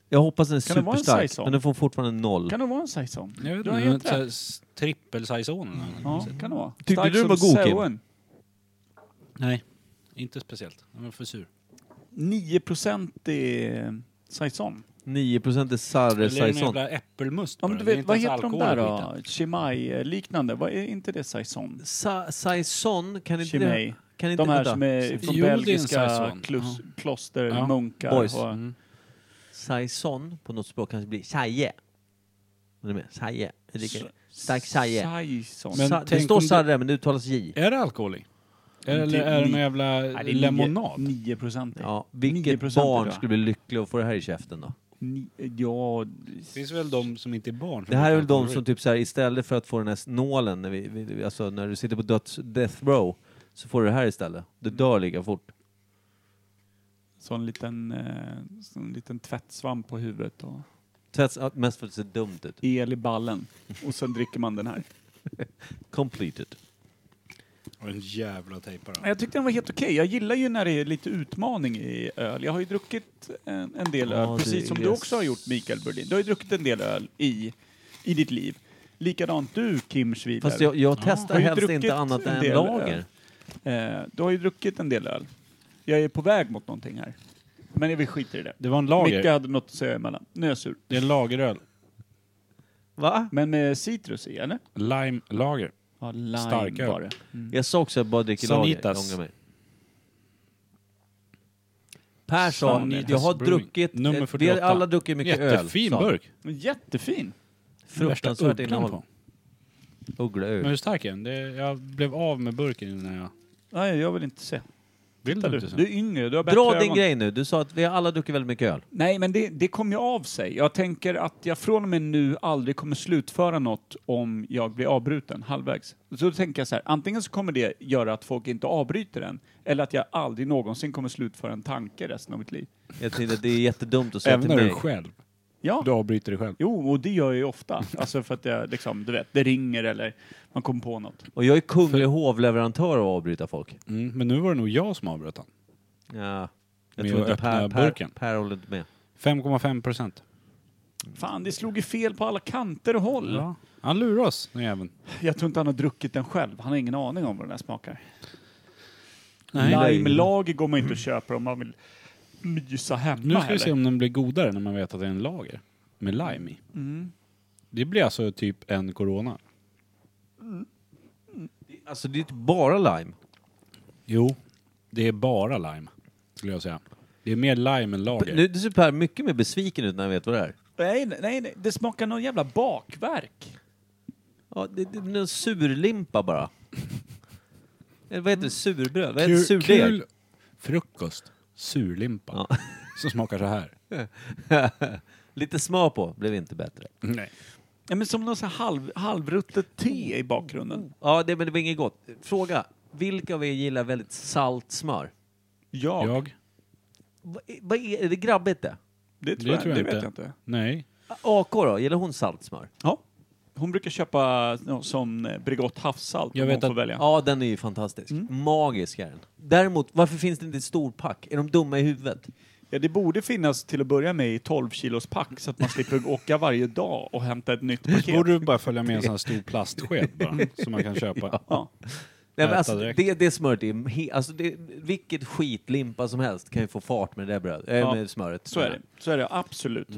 [SPEAKER 2] Jag hoppas den är
[SPEAKER 3] Kan det vara en
[SPEAKER 2] superstark.
[SPEAKER 3] Saison?
[SPEAKER 2] Men den får fortfarande noll.
[SPEAKER 3] Kan det vara en saison?
[SPEAKER 1] Jag vet
[SPEAKER 3] Du har
[SPEAKER 1] inte.
[SPEAKER 3] helt
[SPEAKER 1] Mm, så här
[SPEAKER 3] rätt.
[SPEAKER 1] s- Trippel saisoner eller något.
[SPEAKER 3] Ja, kan det vara.
[SPEAKER 2] Tyckte
[SPEAKER 3] Stark
[SPEAKER 2] du den
[SPEAKER 3] som
[SPEAKER 2] var god, Kim?
[SPEAKER 3] sauen.
[SPEAKER 1] Nej, inte speciellt. Den var för sur.
[SPEAKER 3] 9% i eh, saison.
[SPEAKER 2] 9% är Sarre
[SPEAKER 1] Eller är det någon
[SPEAKER 2] Saison.
[SPEAKER 1] jävla äppelmust bara?
[SPEAKER 3] Ja, men du
[SPEAKER 1] Det är
[SPEAKER 3] vet,
[SPEAKER 1] inte
[SPEAKER 3] vad
[SPEAKER 1] ens
[SPEAKER 3] heter de
[SPEAKER 1] alkohol
[SPEAKER 3] där
[SPEAKER 1] i skiten.
[SPEAKER 3] då? Chimay-liknande. Vad är inte det saison?
[SPEAKER 2] Sa- Saison, kan inte
[SPEAKER 3] Chimay.
[SPEAKER 2] det... Kan inte
[SPEAKER 3] De här
[SPEAKER 2] vänta.
[SPEAKER 3] som är från
[SPEAKER 1] Jo, det är en
[SPEAKER 3] belgiska
[SPEAKER 1] saison.
[SPEAKER 3] klus, kloster,
[SPEAKER 1] Ja.
[SPEAKER 3] munkar.
[SPEAKER 2] Boys.
[SPEAKER 3] Och,
[SPEAKER 1] Mm.
[SPEAKER 2] Saison på något språk kanske blir saje. Är du med? Saje. Jag dricker Stark saje.
[SPEAKER 3] Saison.
[SPEAKER 1] Men
[SPEAKER 2] Sa, det
[SPEAKER 1] tänk
[SPEAKER 2] står
[SPEAKER 1] om du-
[SPEAKER 2] sarre men det uttalas j.
[SPEAKER 1] Är det alkohol i?
[SPEAKER 3] Det
[SPEAKER 1] Eller
[SPEAKER 3] är
[SPEAKER 1] är det
[SPEAKER 3] ni-
[SPEAKER 1] någon jävla lemonad?
[SPEAKER 3] 9 procent. Ja.
[SPEAKER 2] Ja, vilket
[SPEAKER 3] 9%
[SPEAKER 2] barn
[SPEAKER 3] idag.
[SPEAKER 2] skulle bli lycklig att få det här i käften då?
[SPEAKER 3] ja,
[SPEAKER 1] Det finns väl de som inte är barn? som
[SPEAKER 2] Det här är väl
[SPEAKER 1] dricker
[SPEAKER 2] de som typ så här istället för att få den här nålen, när, vi, vi, alltså när du sitter på döds, death row, så får du det här istället. Du
[SPEAKER 3] Mm.
[SPEAKER 2] dör lika fort.
[SPEAKER 3] sån liten, eh, sån liten tvättsvamp på huvudet och
[SPEAKER 2] Tvätts, ja, mest för att det ser dumt ut.
[SPEAKER 3] el i ballen. Och sen dricker man den här.
[SPEAKER 2] Completed.
[SPEAKER 1] Och en jävla tejpare.
[SPEAKER 3] Jag tyckte den var helt okej. Jag gillar ju när det är lite utmaning i öl. Jag har ju druckit en, en del
[SPEAKER 2] Ja,
[SPEAKER 3] öl,
[SPEAKER 2] det
[SPEAKER 3] precis som
[SPEAKER 2] är
[SPEAKER 3] du också har gjort Mikael Berlin. Du har ju druckit en del öl i, i ditt liv. Likadant du, Kim Schwider.
[SPEAKER 2] Fast jag, jag testar
[SPEAKER 3] Har ju
[SPEAKER 2] helst
[SPEAKER 3] druckit
[SPEAKER 2] inte annat
[SPEAKER 3] en
[SPEAKER 2] än
[SPEAKER 3] del,
[SPEAKER 2] lager.
[SPEAKER 3] Eh, du har ju druckit en del öl. Jag är på väg mot någonting här. Men vi skiter i det.
[SPEAKER 1] Det var en lager.
[SPEAKER 3] Micke hade något att säga emellan. Nu är jag sur.
[SPEAKER 1] Det är en lageröl.
[SPEAKER 2] Va?
[SPEAKER 3] Men med citrus i, eller?
[SPEAKER 1] Lime lager.
[SPEAKER 3] Ja, lime
[SPEAKER 1] Starköl.
[SPEAKER 3] var det.
[SPEAKER 2] Jag sa också att jag bara dricker lager. Jag
[SPEAKER 1] Sanitas.
[SPEAKER 2] ångrar mig. Per sa,
[SPEAKER 1] Sanitas
[SPEAKER 2] jag har
[SPEAKER 1] Brewing.
[SPEAKER 2] druckit,
[SPEAKER 1] Nummer
[SPEAKER 2] eh, vi har
[SPEAKER 1] 48.
[SPEAKER 2] alla druckit mycket
[SPEAKER 1] Jättefin
[SPEAKER 2] öl. sa han.
[SPEAKER 1] burk.
[SPEAKER 3] Men Jättefin.
[SPEAKER 1] Värsta
[SPEAKER 2] Fruktansvärt
[SPEAKER 1] ugglan
[SPEAKER 2] innehåll.
[SPEAKER 1] på. Men
[SPEAKER 2] Uggleöl.
[SPEAKER 1] hur stark är den? Det, jag blev av med burken innan jag...
[SPEAKER 3] Nej, jag vill inte se.
[SPEAKER 1] Vill du
[SPEAKER 3] Du,
[SPEAKER 1] inte
[SPEAKER 3] du
[SPEAKER 1] sen?
[SPEAKER 3] är yngre, du har bättre
[SPEAKER 2] Dra din
[SPEAKER 3] ögon.
[SPEAKER 2] grej nu. Du sa att vi har alla druckit väldigt mycket öl.
[SPEAKER 3] Nej, men det, det kommer ju av sig. Jag tänker att jag från och med nu aldrig kommer slutföra något om jag blir avbruten halvvägs. Så då tänker jag så här, antingen så kommer det göra att folk inte avbryter den, eller att jag aldrig någonsin kommer slutföra en tanke resten av mitt liv.
[SPEAKER 2] Jag tänkte att det är jättedumt att säga
[SPEAKER 1] Även
[SPEAKER 2] till
[SPEAKER 1] när du
[SPEAKER 2] mig.
[SPEAKER 1] är själv.
[SPEAKER 3] Ja,
[SPEAKER 1] Du avbryter dig själv.
[SPEAKER 3] jo, och det gör jag ju ofta. Alltså för att jag, liksom, du vet, det ringer eller man kommer på något.
[SPEAKER 2] Och jag är kunglig hovleverantör av att avbryta folk.
[SPEAKER 1] Mm, men nu var det nog jag som avbröt han.
[SPEAKER 2] Ja. Jag
[SPEAKER 1] Med
[SPEAKER 2] tror
[SPEAKER 1] att
[SPEAKER 2] inte per,
[SPEAKER 1] öppna
[SPEAKER 2] per,
[SPEAKER 1] burken.
[SPEAKER 2] per håller inte med.
[SPEAKER 1] 5,5 procent.
[SPEAKER 3] Fan, det slog ju fel på alla kanter och håll.
[SPEAKER 1] Ja. Han lurar oss, den jäveln.
[SPEAKER 3] Jag tror inte han har druckit den själv. Han har ingen aning om vad den här smakar.
[SPEAKER 2] Nej.
[SPEAKER 3] Lime-lager går man inte att köpa om man vill mysa hemma
[SPEAKER 1] Nu ska vi se
[SPEAKER 3] heller.
[SPEAKER 1] om den blir godare när man vet att det är en lager med lime i.
[SPEAKER 3] Mm.
[SPEAKER 1] Det blir alltså typ en corona.
[SPEAKER 2] Alltså det är ju inte bara lime.
[SPEAKER 1] Jo, det är bara lime, skulle jag säga. Det är mer lime än lager.
[SPEAKER 2] Nu ser Per mycket mer besviken ut när han vet vad det är.
[SPEAKER 3] Nej, nej, nej. Det smakar någon jävla bakverk.
[SPEAKER 2] Ja, det, det är en surlimpa bara. Eller vad heter det? Surbröd? Vad heter
[SPEAKER 1] Kul-
[SPEAKER 2] surdeg?
[SPEAKER 1] kul frukost, surlimpa,
[SPEAKER 2] Ja.
[SPEAKER 1] som smakar så här.
[SPEAKER 2] Lite smör på, blev inte bättre.
[SPEAKER 1] Nej.
[SPEAKER 3] Ja, men som någon sån här halv, halvruttet te i bakgrunden.
[SPEAKER 2] Ja, det, men det var inget gott. Fråga, vilka av er gillar väldigt salt smör?
[SPEAKER 3] Jag?
[SPEAKER 1] Jag?
[SPEAKER 2] Vad är- vad är, är det grabbigt det?
[SPEAKER 3] Det tror,
[SPEAKER 1] Det
[SPEAKER 3] jag,
[SPEAKER 1] tror jag
[SPEAKER 3] det
[SPEAKER 1] inte.
[SPEAKER 3] vet jag inte.
[SPEAKER 1] Nej.
[SPEAKER 2] AK då, gillar hon salt smör?
[SPEAKER 3] Ja. Hon brukar köpa någon sån eh, Bregott havssalt
[SPEAKER 1] Jag
[SPEAKER 3] om
[SPEAKER 1] vet
[SPEAKER 3] hon får
[SPEAKER 1] att-
[SPEAKER 3] välja.
[SPEAKER 2] Ja, den är ju fantastisk.
[SPEAKER 3] Mm.
[SPEAKER 2] Magisk är den. Däremot, varför finns det inte ett storpack? Är de dumma i huvudet?
[SPEAKER 3] Ja, det borde finnas till att börja med i 12 kilos pack så att man slipper åka varje dag och hämta ett nytt paket.
[SPEAKER 1] borde du bara följa med en sån här stor plastsked bara, som man kan köpa.
[SPEAKER 3] Ja.
[SPEAKER 2] Nej, men
[SPEAKER 1] Äta
[SPEAKER 2] alltså,
[SPEAKER 1] direkt.
[SPEAKER 2] det, det smöret är... He, alltså, det, vilket skitlimpa som helst kan ju få fart med det där brödet.
[SPEAKER 3] Ja,
[SPEAKER 2] Äh, med smöret.
[SPEAKER 3] Så är det. Så är det absolut.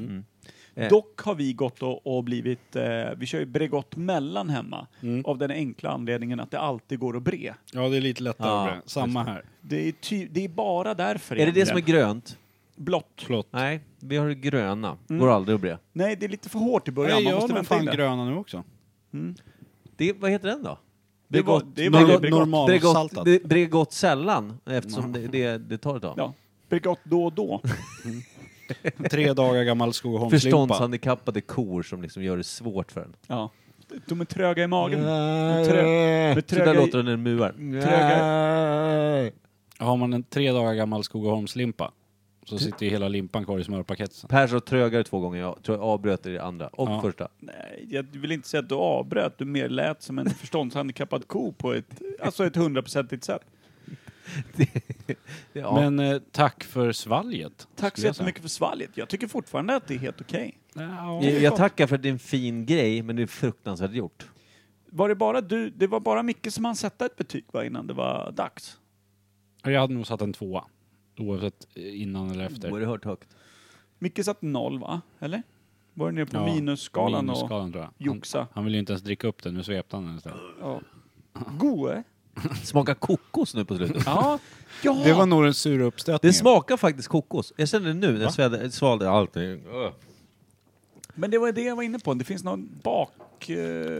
[SPEAKER 2] Eh.
[SPEAKER 3] Dock har vi gått och, och blivit, eh, vi kör ju Bregott mellan hemma
[SPEAKER 2] Mm.
[SPEAKER 3] av den enkla anledningen att det alltid går att bre.
[SPEAKER 1] Ja, det är lite lättare
[SPEAKER 2] Ja,
[SPEAKER 1] att bränna. Samma här.
[SPEAKER 3] Det är, ty- det är bara därför
[SPEAKER 2] Är det det som är
[SPEAKER 3] egentligen.
[SPEAKER 2] grönt?
[SPEAKER 3] blått?
[SPEAKER 1] Plott.
[SPEAKER 2] Nej, vi har det gröna. Går aldrig att bre.
[SPEAKER 3] Nej, det är lite för hårt i början.
[SPEAKER 1] Nej,
[SPEAKER 3] man
[SPEAKER 1] jag har
[SPEAKER 3] måste
[SPEAKER 1] nog
[SPEAKER 3] vänta in
[SPEAKER 1] fan
[SPEAKER 3] det.
[SPEAKER 1] gröna nu också.
[SPEAKER 2] Det, vad heter den då?
[SPEAKER 3] Det var- det var-
[SPEAKER 2] Bregott-
[SPEAKER 3] Bregott.
[SPEAKER 1] Normalsaltat.
[SPEAKER 2] Bregott- Bregott sällan, eftersom det, det, det tar ett tag.
[SPEAKER 3] Ja. Bregott då och då.
[SPEAKER 1] Tre dagar gammal Skogaholmslimpa.
[SPEAKER 2] Förståndshandikappade kor som liksom gör det svårt för en.
[SPEAKER 3] Ja. De är tröga i magen.
[SPEAKER 2] Äh,
[SPEAKER 3] Trö- med
[SPEAKER 2] Så
[SPEAKER 3] tröga
[SPEAKER 2] där
[SPEAKER 3] i-
[SPEAKER 2] låter den när den muar.
[SPEAKER 1] Har man en tre dagar gammal Skogaholmslimpa så sitter ju hela limpan kvar i smörpaketen.
[SPEAKER 2] Per sa trögare två gånger, jag tror jag avbröt det i det andra och
[SPEAKER 1] Ja.
[SPEAKER 2] första.
[SPEAKER 3] Nej, jag vill inte säga att du avbröt, du mer lät som en förståndshandikappad ko på ett, alltså ett hundraprocentigt sätt.
[SPEAKER 2] Ja.
[SPEAKER 1] Men eh, tack för svalget.
[SPEAKER 3] Tack så
[SPEAKER 1] skulle jag säga.
[SPEAKER 3] jättemycket för svalget. Jag tycker fortfarande att det är helt okej.
[SPEAKER 1] Ja.
[SPEAKER 2] jag, jag tackar för att det är en fin grej, men det är fruktansvärt gjort.
[SPEAKER 3] Var det bara du, det var bara Micke som hann sätta ett betyg va, innan det var dags?
[SPEAKER 1] Jag hade nog satt en tvåa. Oavsett eh, innan eller efter.
[SPEAKER 2] Oerhört högt.
[SPEAKER 3] Micke satt noll va, eller? Var det nere på
[SPEAKER 1] Ja,
[SPEAKER 3] minusskalan och
[SPEAKER 1] Minusskalan tror jag. Han,
[SPEAKER 3] joxa?
[SPEAKER 1] han ville ju inte ens dricka upp den, nu svepte han den istället.
[SPEAKER 3] Ja. Goe?
[SPEAKER 2] Smakar kokos nu på slutet.
[SPEAKER 3] Ja. ja.
[SPEAKER 1] Det var nog den sura uppstötningen.
[SPEAKER 2] Det smakar faktiskt kokos. Jag känner det nu när jag svalde, svalde allt. Öh.
[SPEAKER 3] Men det var det jag var inne på, det finns någon bak... eh,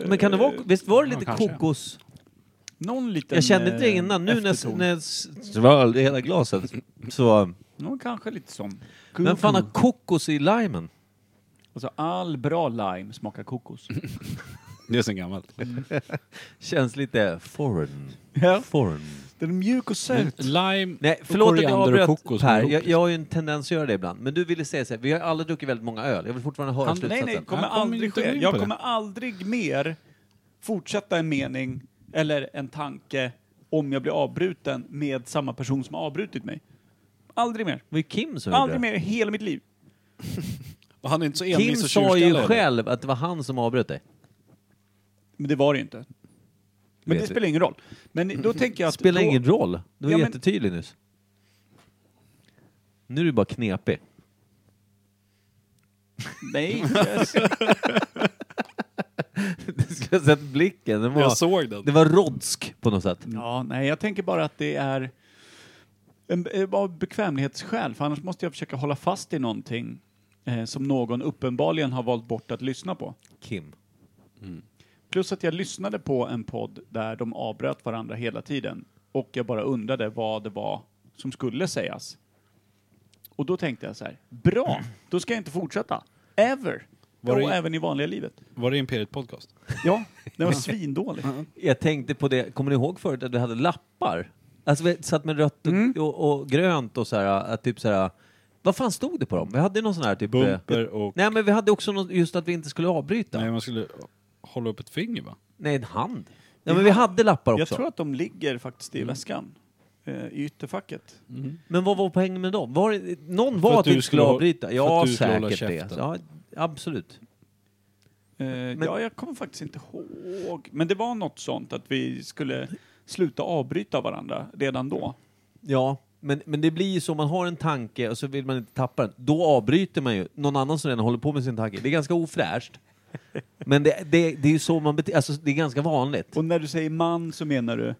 [SPEAKER 2] Men kan det vara, visst var det
[SPEAKER 1] Ja,
[SPEAKER 2] lite
[SPEAKER 1] kanske.
[SPEAKER 2] kokos?
[SPEAKER 3] Någon liten...
[SPEAKER 2] Jag kände inte det
[SPEAKER 3] eh,
[SPEAKER 2] innan. Nu när jag,
[SPEAKER 3] efterton.
[SPEAKER 2] när jag s- svalde hela glaset så...
[SPEAKER 3] Någon kanske lite som...
[SPEAKER 2] Men fan har kokos i limen?
[SPEAKER 3] Alltså all bra lime smakar kokos.
[SPEAKER 1] Det är sen gammalt.
[SPEAKER 2] Känns lite foreign.
[SPEAKER 3] Ja.
[SPEAKER 2] foreign.
[SPEAKER 3] Den är mjuk och
[SPEAKER 1] Mm.
[SPEAKER 3] söt.
[SPEAKER 1] Lime,
[SPEAKER 2] Nej, förlåt att jag
[SPEAKER 1] koriander och
[SPEAKER 2] avbröt
[SPEAKER 1] kokos
[SPEAKER 2] Per.
[SPEAKER 1] ihop.
[SPEAKER 2] Jag, jag har ju en tendens att göra det ibland. Men du ville säga så här, vi har alla druckit väldigt många öl. Jag vill fortfarande höra
[SPEAKER 1] Han-
[SPEAKER 3] Nej,
[SPEAKER 2] slutsatsen.
[SPEAKER 3] nej, kommer
[SPEAKER 1] Han kommer
[SPEAKER 3] aldrig
[SPEAKER 1] inte gå
[SPEAKER 3] ske.
[SPEAKER 1] in
[SPEAKER 3] Jag
[SPEAKER 1] på det.
[SPEAKER 3] kommer aldrig mer fortsätta en mening eller en tanke om jag blir avbruten med samma person som har avbrutit mig. Aldrig mer.
[SPEAKER 2] Det var ju Kim som gjorde
[SPEAKER 3] Aldrig
[SPEAKER 2] det.
[SPEAKER 3] mer i hela mitt liv.
[SPEAKER 1] Och han är inte så
[SPEAKER 2] Kim
[SPEAKER 1] envis och
[SPEAKER 2] sa ju
[SPEAKER 1] tjurskalle. heller.
[SPEAKER 2] själv att det var han som avbröt dig.
[SPEAKER 3] Men det var det ju inte. Men
[SPEAKER 2] Vet vi.
[SPEAKER 3] det spelar ingen roll. Men då tänker jag att...
[SPEAKER 2] Spelar
[SPEAKER 3] då,
[SPEAKER 2] ingen roll. Du var
[SPEAKER 3] Ja, men-
[SPEAKER 2] jättetydlig nyss. Nu är du bara knepig.
[SPEAKER 3] Nej, yes.
[SPEAKER 2] Du ska ha sett blicken. Den var,
[SPEAKER 1] Jag såg den.
[SPEAKER 2] det var rodsk på något sätt.
[SPEAKER 3] Mm. Ja, nej, jag tänker bara att det är en, eh, av bekvämlighetsskäl, för annars måste jag försöka hålla fast i någonting eh, som någon uppenbarligen har valt bort att lyssna på.
[SPEAKER 2] Kim.
[SPEAKER 3] Plus att jag lyssnade på en podd där de avbröt varandra hela tiden och jag bara undrade vad det var som skulle sägas. Och då tänkte jag så här, bra, då ska jag inte fortsätta. Ever!
[SPEAKER 1] Var
[SPEAKER 3] och
[SPEAKER 1] det-
[SPEAKER 3] även i vanliga livet.
[SPEAKER 1] Var det Imperiet Podcast?
[SPEAKER 3] Ja, den var svindålig.
[SPEAKER 2] Jag tänkte på det, kommer ni ihåg förut att du hade lappar? Alltså vi satt med rött och,
[SPEAKER 3] Mm.
[SPEAKER 2] och, och grönt och så här, att typ så här. Vad fan stod det på dem? Vi hade ju någon sån här typ... eh,
[SPEAKER 1] Bumper och...
[SPEAKER 2] Nej men vi hade också något, just att vi inte skulle avbryta.
[SPEAKER 1] Nej,
[SPEAKER 2] Nej,
[SPEAKER 1] man skulle hålla upp ett finger va?
[SPEAKER 2] en hand. Ja men vi hade lappar
[SPEAKER 3] Jag
[SPEAKER 2] också.
[SPEAKER 3] tror att de ligger faktiskt i väskan, eh, i ytterfacket.
[SPEAKER 2] Men vad var poängen med dem? Var, det- någon
[SPEAKER 1] att
[SPEAKER 2] var att
[SPEAKER 1] du
[SPEAKER 2] vi inte skulle
[SPEAKER 1] skulle ha-
[SPEAKER 2] avbryta.
[SPEAKER 1] för
[SPEAKER 2] Ja
[SPEAKER 1] att du skulle hålla
[SPEAKER 2] säkert det.
[SPEAKER 1] käften.
[SPEAKER 2] Ja, absolut.
[SPEAKER 3] Eh, ja, jag kommer faktiskt inte ihåg. Men det var något sånt att vi skulle sluta avbryta varandra redan då.
[SPEAKER 2] Ja. Men, men det blir ju så, man har en tanke och så vill man inte tappa den. Då avbryter man ju någon annan som redan håller på med sin tanke. Det är ganska ofräscht. Men det, det, det är ju så man beter alltså, det är ganska vanligt.
[SPEAKER 3] Och när du säger man så menar du?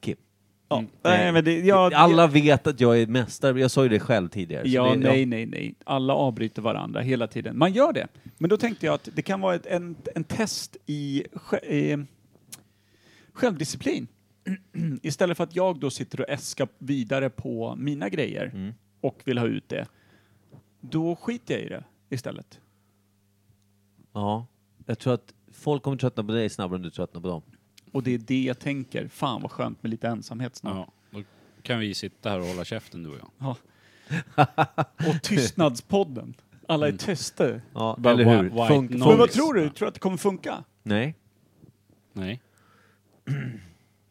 [SPEAKER 2] Kim. Eh,
[SPEAKER 3] Ja. Mm. Eh, Nej, men det, ja,
[SPEAKER 2] Alla vet att jag är mästare, jag sa ju det själv tidigare. så
[SPEAKER 3] Ja,
[SPEAKER 2] det,
[SPEAKER 3] nej, nej, nej. Alla avbryter varandra hela tiden. Man gör det. Men då tänkte jag att det kan vara ett, en, en test i sj- eh, självdisciplin. Istället för att jag då sitter och äskar vidare på mina grejer och vill ha ut det, då skiter jag i det istället.
[SPEAKER 2] Ja, jag tror att folk kommer tröttna på dig snabbare än du tröttnar på dem.
[SPEAKER 3] Och det är det jag tänker. Fan vad skönt med lite ensamhet snart.
[SPEAKER 1] Ja, då kan vi sitta här och hålla käften du och jag.
[SPEAKER 3] Ja. och tystnadspodden. Alla är tysta.
[SPEAKER 2] Ja,
[SPEAKER 1] Bara
[SPEAKER 2] eller
[SPEAKER 1] whi-
[SPEAKER 2] hur?
[SPEAKER 1] white
[SPEAKER 2] Funk-
[SPEAKER 1] noise.
[SPEAKER 2] funk-
[SPEAKER 3] Men vad tror du? Tror du att det kommer funka?
[SPEAKER 2] Nej.
[SPEAKER 1] Nej.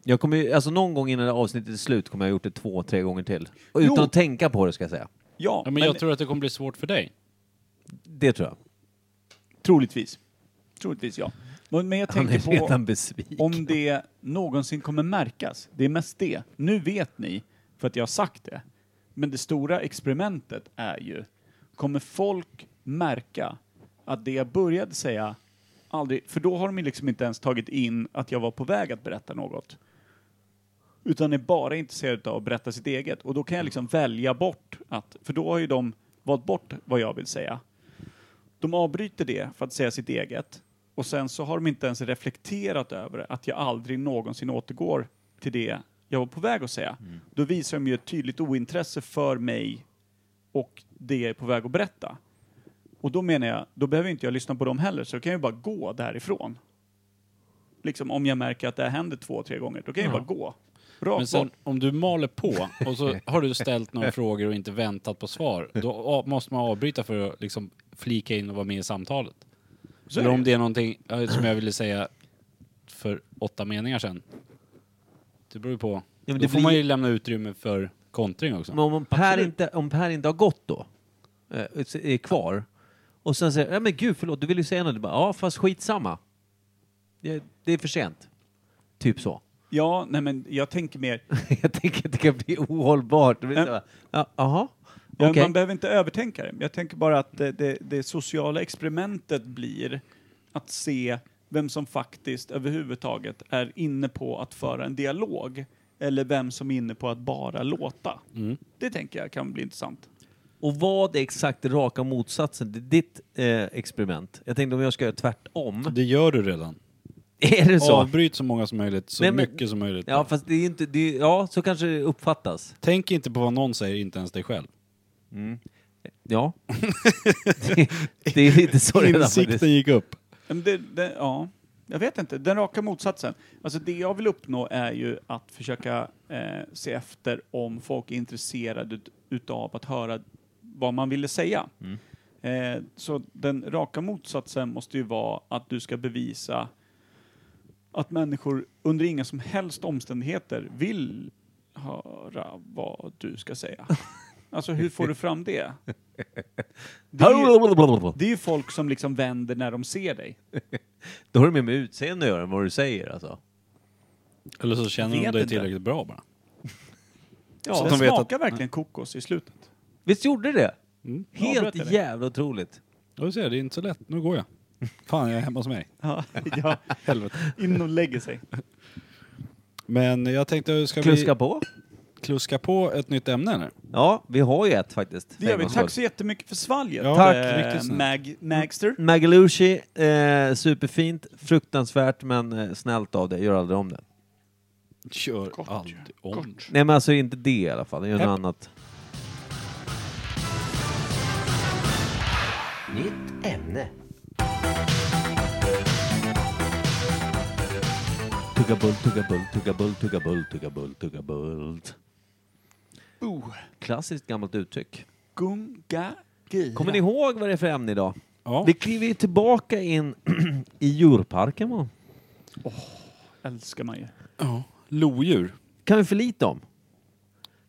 [SPEAKER 2] Jag kommer ju, alltså någon gång innan det här avsnittet är slut kommer jag ha gjort det två, tre gånger till. Och utan
[SPEAKER 3] Jo.
[SPEAKER 2] att tänka på det ska jag säga.
[SPEAKER 3] Ja,
[SPEAKER 1] Ja, men jag tror att det kommer bli svårt för dig.
[SPEAKER 2] Det tror jag.
[SPEAKER 3] Troligtvis. Troligtvis ja. Men, men jag
[SPEAKER 2] Han
[SPEAKER 3] tänker
[SPEAKER 2] är
[SPEAKER 3] på
[SPEAKER 2] redan besviken.
[SPEAKER 3] om det någonsin kommer märkas. Det är mest det. Nu vet ni, för att jag har sagt det. Men det stora experimentet är ju, kommer folk märka att det jag började säga aldrig, för då har de ju liksom inte ens tagit in att jag var på väg att berätta något. Utan är bara intresserade av att berätta sitt eget. Och då kan jag liksom välja bort att, för då har ju de valt bort vad jag vill säga. De avbryter det för att säga sitt eget och sen så har de inte ens reflekterat över att jag aldrig någonsin återgår till det jag var på väg att säga.
[SPEAKER 1] Mm.
[SPEAKER 3] Då visar de ju ett tydligt ointresse för mig och det jag är på väg att berätta. Och då menar jag, då behöver inte jag lyssna på dem heller, så då kan jag ju bara gå därifrån. Liksom om jag märker att det här händer två, tre gånger, då kan jag ju bara gå. Rakt
[SPEAKER 1] Men sen
[SPEAKER 3] bort.
[SPEAKER 1] om du maler på och så har du ställt några frågor och inte väntat på svar. Då a- måste man avbryta för att liksom flika in och vara med i samtalet.
[SPEAKER 3] Så är
[SPEAKER 1] Eller
[SPEAKER 3] det
[SPEAKER 1] om
[SPEAKER 3] ju.
[SPEAKER 1] det är någonting eh, som jag ville säga för åtta meningar sedan. Det beror ju på.
[SPEAKER 2] men
[SPEAKER 1] då
[SPEAKER 2] det
[SPEAKER 1] får man
[SPEAKER 2] blir-
[SPEAKER 1] ju lämna utrymme för kontring också.
[SPEAKER 2] Men om per, inte, om per inte har gått då, eh, är kvar, och sen säger ja men gud förlåt, du ville ju säga något. Du bara, ja fast skitsamma. Det, det är för sent. Typ så.
[SPEAKER 3] Ja, nej men jag tänker mer,
[SPEAKER 2] jag tänker att det kan bli ohållbart. Det blir så här, ja, Jaha,
[SPEAKER 3] Ja,
[SPEAKER 2] okej.
[SPEAKER 3] Man behöver inte övertänka det. Jag tänker bara att det, det, det sociala experimentet blir att se vem som faktiskt överhuvudtaget är inne på att föra en dialog eller vem som är inne på att bara låta. Det tänker jag kan bli intressant.
[SPEAKER 2] Och vad är exakt raka motsatsen till ditt eh, experiment? Jag tänkte om jag ska göra tvärtom.
[SPEAKER 1] Det gör du redan.
[SPEAKER 2] Är det så?
[SPEAKER 1] Avbryt så många som möjligt, så
[SPEAKER 2] Nej, men-
[SPEAKER 1] mycket som möjligt.
[SPEAKER 2] Ja, fast det är inte... Det är, ja, så kanske det uppfattas.
[SPEAKER 1] Tänk inte på vad någon säger, inte ens dig själv.
[SPEAKER 2] Ja. det, det är lite så redan faktiskt.
[SPEAKER 1] Insikten gick upp.
[SPEAKER 3] Men Det, det, ja, jag vet inte. Den raka motsatsen. Alltså det jag vill uppnå är ju att försöka eh, se efter om folk är intresserade ut, utav att höra vad man ville säga. Eh, så den raka motsatsen måste ju vara att du ska bevisa att människor under inga som helst omständigheter vill höra vad du ska säga. Alltså hur får du fram det? Det är ju, det är ju folk som liksom vänder när de ser dig.
[SPEAKER 2] Då har det mer med utseende att göra än vad du säger alltså.
[SPEAKER 1] Eller så känner de
[SPEAKER 3] Vet
[SPEAKER 1] dig
[SPEAKER 3] inte.
[SPEAKER 1] tillräckligt bra bara.
[SPEAKER 3] Ja,
[SPEAKER 1] Så
[SPEAKER 3] den
[SPEAKER 1] de vet
[SPEAKER 3] smakar verkligen kokos i slutet.
[SPEAKER 2] Visst gjorde det?
[SPEAKER 3] Avbröt
[SPEAKER 2] Helt
[SPEAKER 3] jag dig?
[SPEAKER 2] jävla otroligt.
[SPEAKER 1] Ja, du ser, det är inte så lätt. Nu går jag. Fan, jag är hemma hos mig.
[SPEAKER 3] Ja, Helvete. In och lägger sig.
[SPEAKER 1] Men jag tänkte, ska
[SPEAKER 2] Kluska
[SPEAKER 1] vi
[SPEAKER 2] på.
[SPEAKER 1] kluska på ett nytt ämne eller?
[SPEAKER 2] Ja, vi har ju ett faktiskt.
[SPEAKER 3] Det gör vi.
[SPEAKER 2] Hemma
[SPEAKER 3] Tack
[SPEAKER 2] hos
[SPEAKER 3] så jättemycket för svalget.
[SPEAKER 1] Ja, Tack.
[SPEAKER 3] eh,
[SPEAKER 1] riktigt snällt.
[SPEAKER 3] Mag, Magster.
[SPEAKER 2] oss. Magalushi, eh, superfint, fruktansvärt men eh, snällt av dig. Gör aldrig om det.
[SPEAKER 1] Kör
[SPEAKER 3] Kort,
[SPEAKER 1] aldrig om.
[SPEAKER 2] Nej men alltså inte det i alla fall, gör något
[SPEAKER 1] Hepp.
[SPEAKER 2] annat.
[SPEAKER 5] Nytt ämne.
[SPEAKER 2] Tugga bull, tugga bull, tugga bull, tugga bull, tugga bull, tugga bull.
[SPEAKER 3] Oh.
[SPEAKER 2] Klassiskt gammalt uttryck.
[SPEAKER 3] Gunga gira.
[SPEAKER 2] Kommer ni ihåg vad det är för ämne idag?
[SPEAKER 1] Ja.
[SPEAKER 2] Vi kliver ju tillbaka in i djurparken va?
[SPEAKER 3] Älskar man ju.
[SPEAKER 1] Ja. Lodjur.
[SPEAKER 2] Kan vi för lite om?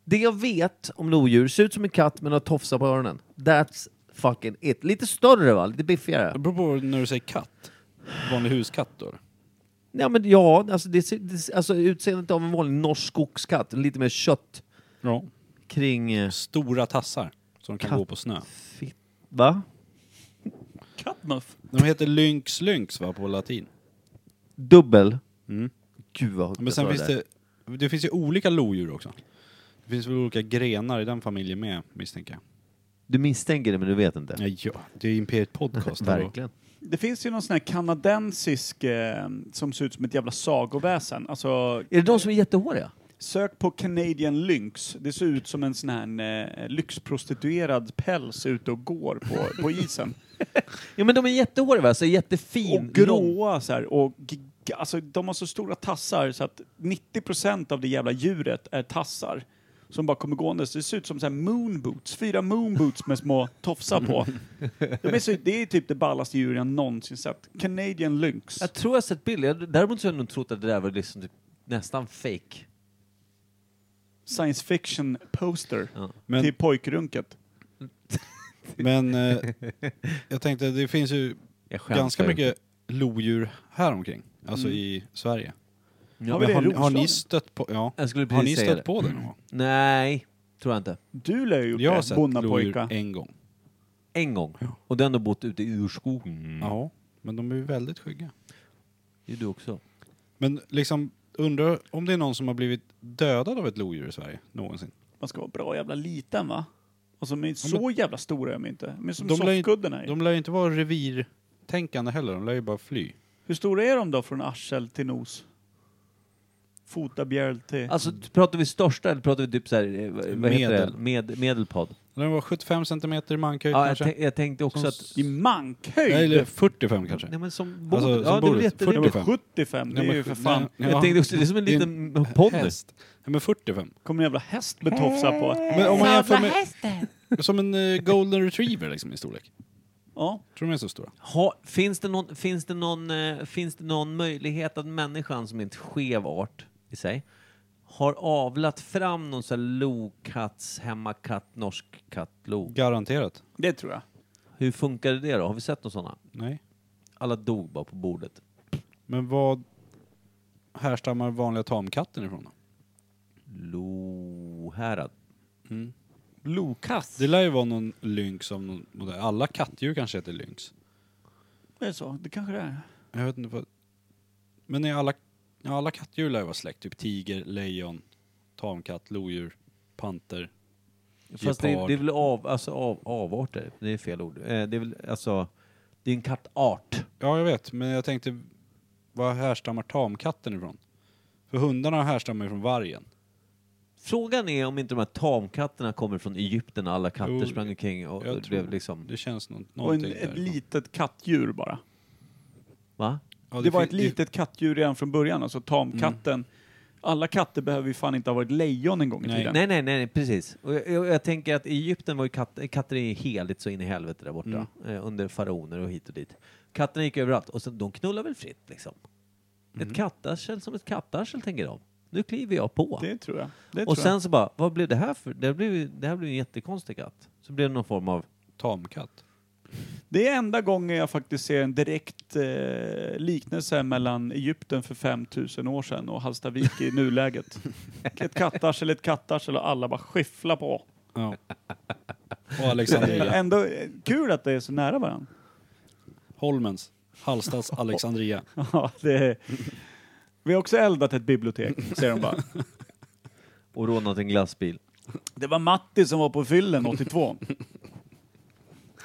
[SPEAKER 2] Det jag vet om lodjur, ser ut som en katt men har tofsar på öronen. That's fucking it. Lite större va? Lite biffigare.
[SPEAKER 1] Det beror på när du säger katt. Vanlig huskatt då?
[SPEAKER 2] Ja, men ja, alltså, det, ser- det, ser- alltså utseendet av en vanlig norsk skogskatt. Lite mer kött
[SPEAKER 1] Ja.
[SPEAKER 2] kring... eh,
[SPEAKER 1] Stora tassar som kan
[SPEAKER 2] Katt.
[SPEAKER 1] gå på snö.
[SPEAKER 2] Fitt, va?
[SPEAKER 3] Cutmuff.
[SPEAKER 1] De heter Lynx Lynx va, på latin?
[SPEAKER 2] Dubbel.
[SPEAKER 1] Mm.
[SPEAKER 2] Gud vad högt
[SPEAKER 1] Men
[SPEAKER 2] jag
[SPEAKER 1] sen
[SPEAKER 2] drar
[SPEAKER 1] finns
[SPEAKER 2] där.
[SPEAKER 1] det, det finns ju olika lodjur också. Det finns väl olika grenar i den familjen med, misstänker jag.
[SPEAKER 2] Du misstänker det men du vet inte.
[SPEAKER 1] Ja, ja. det är ju Imperiet Podcast. hallå.
[SPEAKER 2] Verkligen.
[SPEAKER 3] Det finns ju någon sån här kanadensisk eh, som ser ut som ett jävla sagoväsen. Alltså,
[SPEAKER 2] Är det de som är jättehåriga?
[SPEAKER 3] sök på Canadian Lynx. Det ser ut som en sån här eh, lyxprostituerad päls ute och går på, på isen.
[SPEAKER 2] Ja men de är jättehåriga va? Så jättefin.
[SPEAKER 3] Och gråa så här. Och giga, alltså, de har så stora tassar så att 90% av det jävla djuret är tassar. Som bara kommer gående. Så det ser ut som så här moonboots. Fyra moonboots med små tofsar på. De är så, det är typ det ballaste djur jag någonsin sett. Canadian Lynx.
[SPEAKER 2] Jag tror jag har sett bilder. Jag- Däremot så har jag nog trott att det där var liksom typ nästan fake.
[SPEAKER 3] Science fiction poster.
[SPEAKER 2] Ja.
[SPEAKER 1] Men-
[SPEAKER 3] Till pojkrunket.
[SPEAKER 1] Men eh, jag tänkte, det finns ju
[SPEAKER 2] Jag skämtar Mm.
[SPEAKER 1] ganska
[SPEAKER 2] ju.
[SPEAKER 1] mycket lodjur här omkring. Alltså i Sverige.
[SPEAKER 3] har vi
[SPEAKER 1] Men
[SPEAKER 3] det i
[SPEAKER 1] har, ni- har ni
[SPEAKER 3] Roslagen?
[SPEAKER 1] stött på, ja.
[SPEAKER 2] Jag skulle
[SPEAKER 1] har ni
[SPEAKER 2] precis säga
[SPEAKER 1] stött
[SPEAKER 2] det.
[SPEAKER 1] på det någon gång?
[SPEAKER 2] Nej, tror jag inte.
[SPEAKER 3] Du lär ju
[SPEAKER 1] Jag har
[SPEAKER 3] gjort det,
[SPEAKER 1] sett
[SPEAKER 3] bonnapojka.
[SPEAKER 1] lodjur en gång.
[SPEAKER 2] En gång. Och den har bott ute i urskogen.
[SPEAKER 1] Ja, men de är ju väldigt skygga.
[SPEAKER 2] Mm. Det är du också.
[SPEAKER 1] Men liksom, undrar om det är någon som har blivit dödad av ett lodjur i Sverige någonsin?
[SPEAKER 3] Man ska vara bra jävla liten va? Alltså de är så jävla stora är de inte. Men som
[SPEAKER 1] De lär ju-
[SPEAKER 3] soffkuddorna är.
[SPEAKER 1] De lär ju inte vara revirtänkande heller, de lär ju bara fly.
[SPEAKER 3] Hur stora är de då från arsel till nos? Fotabjäl till...
[SPEAKER 2] Alltså pratar vi största eller pratar vi typ såhär, vad heter
[SPEAKER 1] Medel.
[SPEAKER 2] det? Med, medelpad?
[SPEAKER 1] Den var 75 centimeter i mankhöjd
[SPEAKER 2] Ja, jag,
[SPEAKER 1] kanske?
[SPEAKER 2] tänk, jag tänkte också
[SPEAKER 1] Som
[SPEAKER 2] att...
[SPEAKER 3] I mankhöjd?
[SPEAKER 1] Nej, eller 45 kanske?
[SPEAKER 2] Nej men som
[SPEAKER 1] Alltså,
[SPEAKER 2] bord.
[SPEAKER 1] som
[SPEAKER 2] Ja, det är väl
[SPEAKER 1] bordet.
[SPEAKER 2] jätterimligt.
[SPEAKER 1] 45.
[SPEAKER 3] 75, det
[SPEAKER 1] Nej,
[SPEAKER 3] är
[SPEAKER 1] men
[SPEAKER 3] ju för
[SPEAKER 1] sj-
[SPEAKER 3] fan...
[SPEAKER 1] nej,
[SPEAKER 2] Jag
[SPEAKER 1] ja.
[SPEAKER 2] tänkte också, det är som en
[SPEAKER 1] Det är
[SPEAKER 2] liten ponder.
[SPEAKER 1] Häst. Nej, men 45.
[SPEAKER 3] Kommer en jävla häst med tofsar på.
[SPEAKER 1] Men om man jämför med... Som en eh, golden retriever liksom i storlek.
[SPEAKER 3] Ja.
[SPEAKER 1] Tror du de är så stora?
[SPEAKER 2] Ha, finns, det någon, finns, det någon, eh, finns det någon möjlighet att människan som är en skev art i sig har avlat fram någon sån här lokatts, hemmakatt, norsk katt, lo?
[SPEAKER 1] Garanterat.
[SPEAKER 3] Det tror jag.
[SPEAKER 2] Hur funkade det då? Har vi sett någon sådana?
[SPEAKER 1] Nej.
[SPEAKER 2] Alla dog bara på bordet.
[SPEAKER 1] Men vad härstammar vanliga tamkatten ifrån då?
[SPEAKER 2] Lohärad.
[SPEAKER 3] Lokass.
[SPEAKER 1] Det lär ju vara någon lynx av någon modell. Alla kattdjur kanske heter lynx.
[SPEAKER 3] Det är så. Det kanske det är.
[SPEAKER 1] Jag vet inte vad... Men är alla, ja, alla kattdjur lär ju vara släkt. Typ tiger, lejon, tamkatt, lodjur, panter.
[SPEAKER 2] Fast det,
[SPEAKER 1] Gepard.
[SPEAKER 2] det är väl av, alltså av, avarter? Det är fel ord. Eh, det är väl alltså, det är en kattart.
[SPEAKER 1] Ja, jag vet. Men jag tänkte, vad härstammar tamkatten ifrån? För hundarna härstammar ju från vargen.
[SPEAKER 2] Frågan är om inte de här tamkatterna kommer från Egypten när alla katter
[SPEAKER 1] Jo,
[SPEAKER 2] sprang omkring och
[SPEAKER 1] jag
[SPEAKER 2] och
[SPEAKER 1] tror-
[SPEAKER 2] blev liksom...
[SPEAKER 1] Det känns nå-
[SPEAKER 3] Och en,
[SPEAKER 1] någonting
[SPEAKER 3] ett
[SPEAKER 1] därifrån.
[SPEAKER 3] litet kattdjur bara.
[SPEAKER 2] Va?
[SPEAKER 1] Ja,
[SPEAKER 3] det, var
[SPEAKER 1] fin- Mm.
[SPEAKER 3] ett litet kattdjur redan från början, alltså tamkatten. Alla katter behöver ju fan inte ha varit lejon en gång i
[SPEAKER 1] Nej.
[SPEAKER 3] tiden.
[SPEAKER 2] Nej, nej, nej, nej precis. Och jag, jag, jag tänker att i Egypten var ju katt, katter är ju heligt så in i helvete där borta. Eh, under faraoner och hit och dit. Katterna gick överallt och sen, de knullar väl fritt liksom. Ett kattarsel som ett kattarsel tänker de. Nu kliver jag på.
[SPEAKER 3] Det tror jag. Det
[SPEAKER 2] och
[SPEAKER 3] tror
[SPEAKER 2] sen så bara, vad blev det här för? Det här blev, ju- det här blev en jättekonstig katt. Så blev det någon form av...
[SPEAKER 1] tamkatt.
[SPEAKER 3] jag. det är enda gången jag faktiskt ser en direkt eh, liknelse mellan Egypten för 5000 år sedan och Hallstavik i nuläget. Ett kattarsel, ett kattarsel och alla bara skyffla på.
[SPEAKER 1] Ja. Och
[SPEAKER 2] Liksom
[SPEAKER 3] Det är
[SPEAKER 1] Alexandria.
[SPEAKER 3] Ändå eh, kul att det är så nära varandra.
[SPEAKER 1] Holmens. Hallstads Alexandria.
[SPEAKER 3] Ja, det är... Vi har också eldat ett bibliotek, säger de bara.
[SPEAKER 2] Och rånat en glassbil.
[SPEAKER 3] Det var Matti som var på fyllen 82.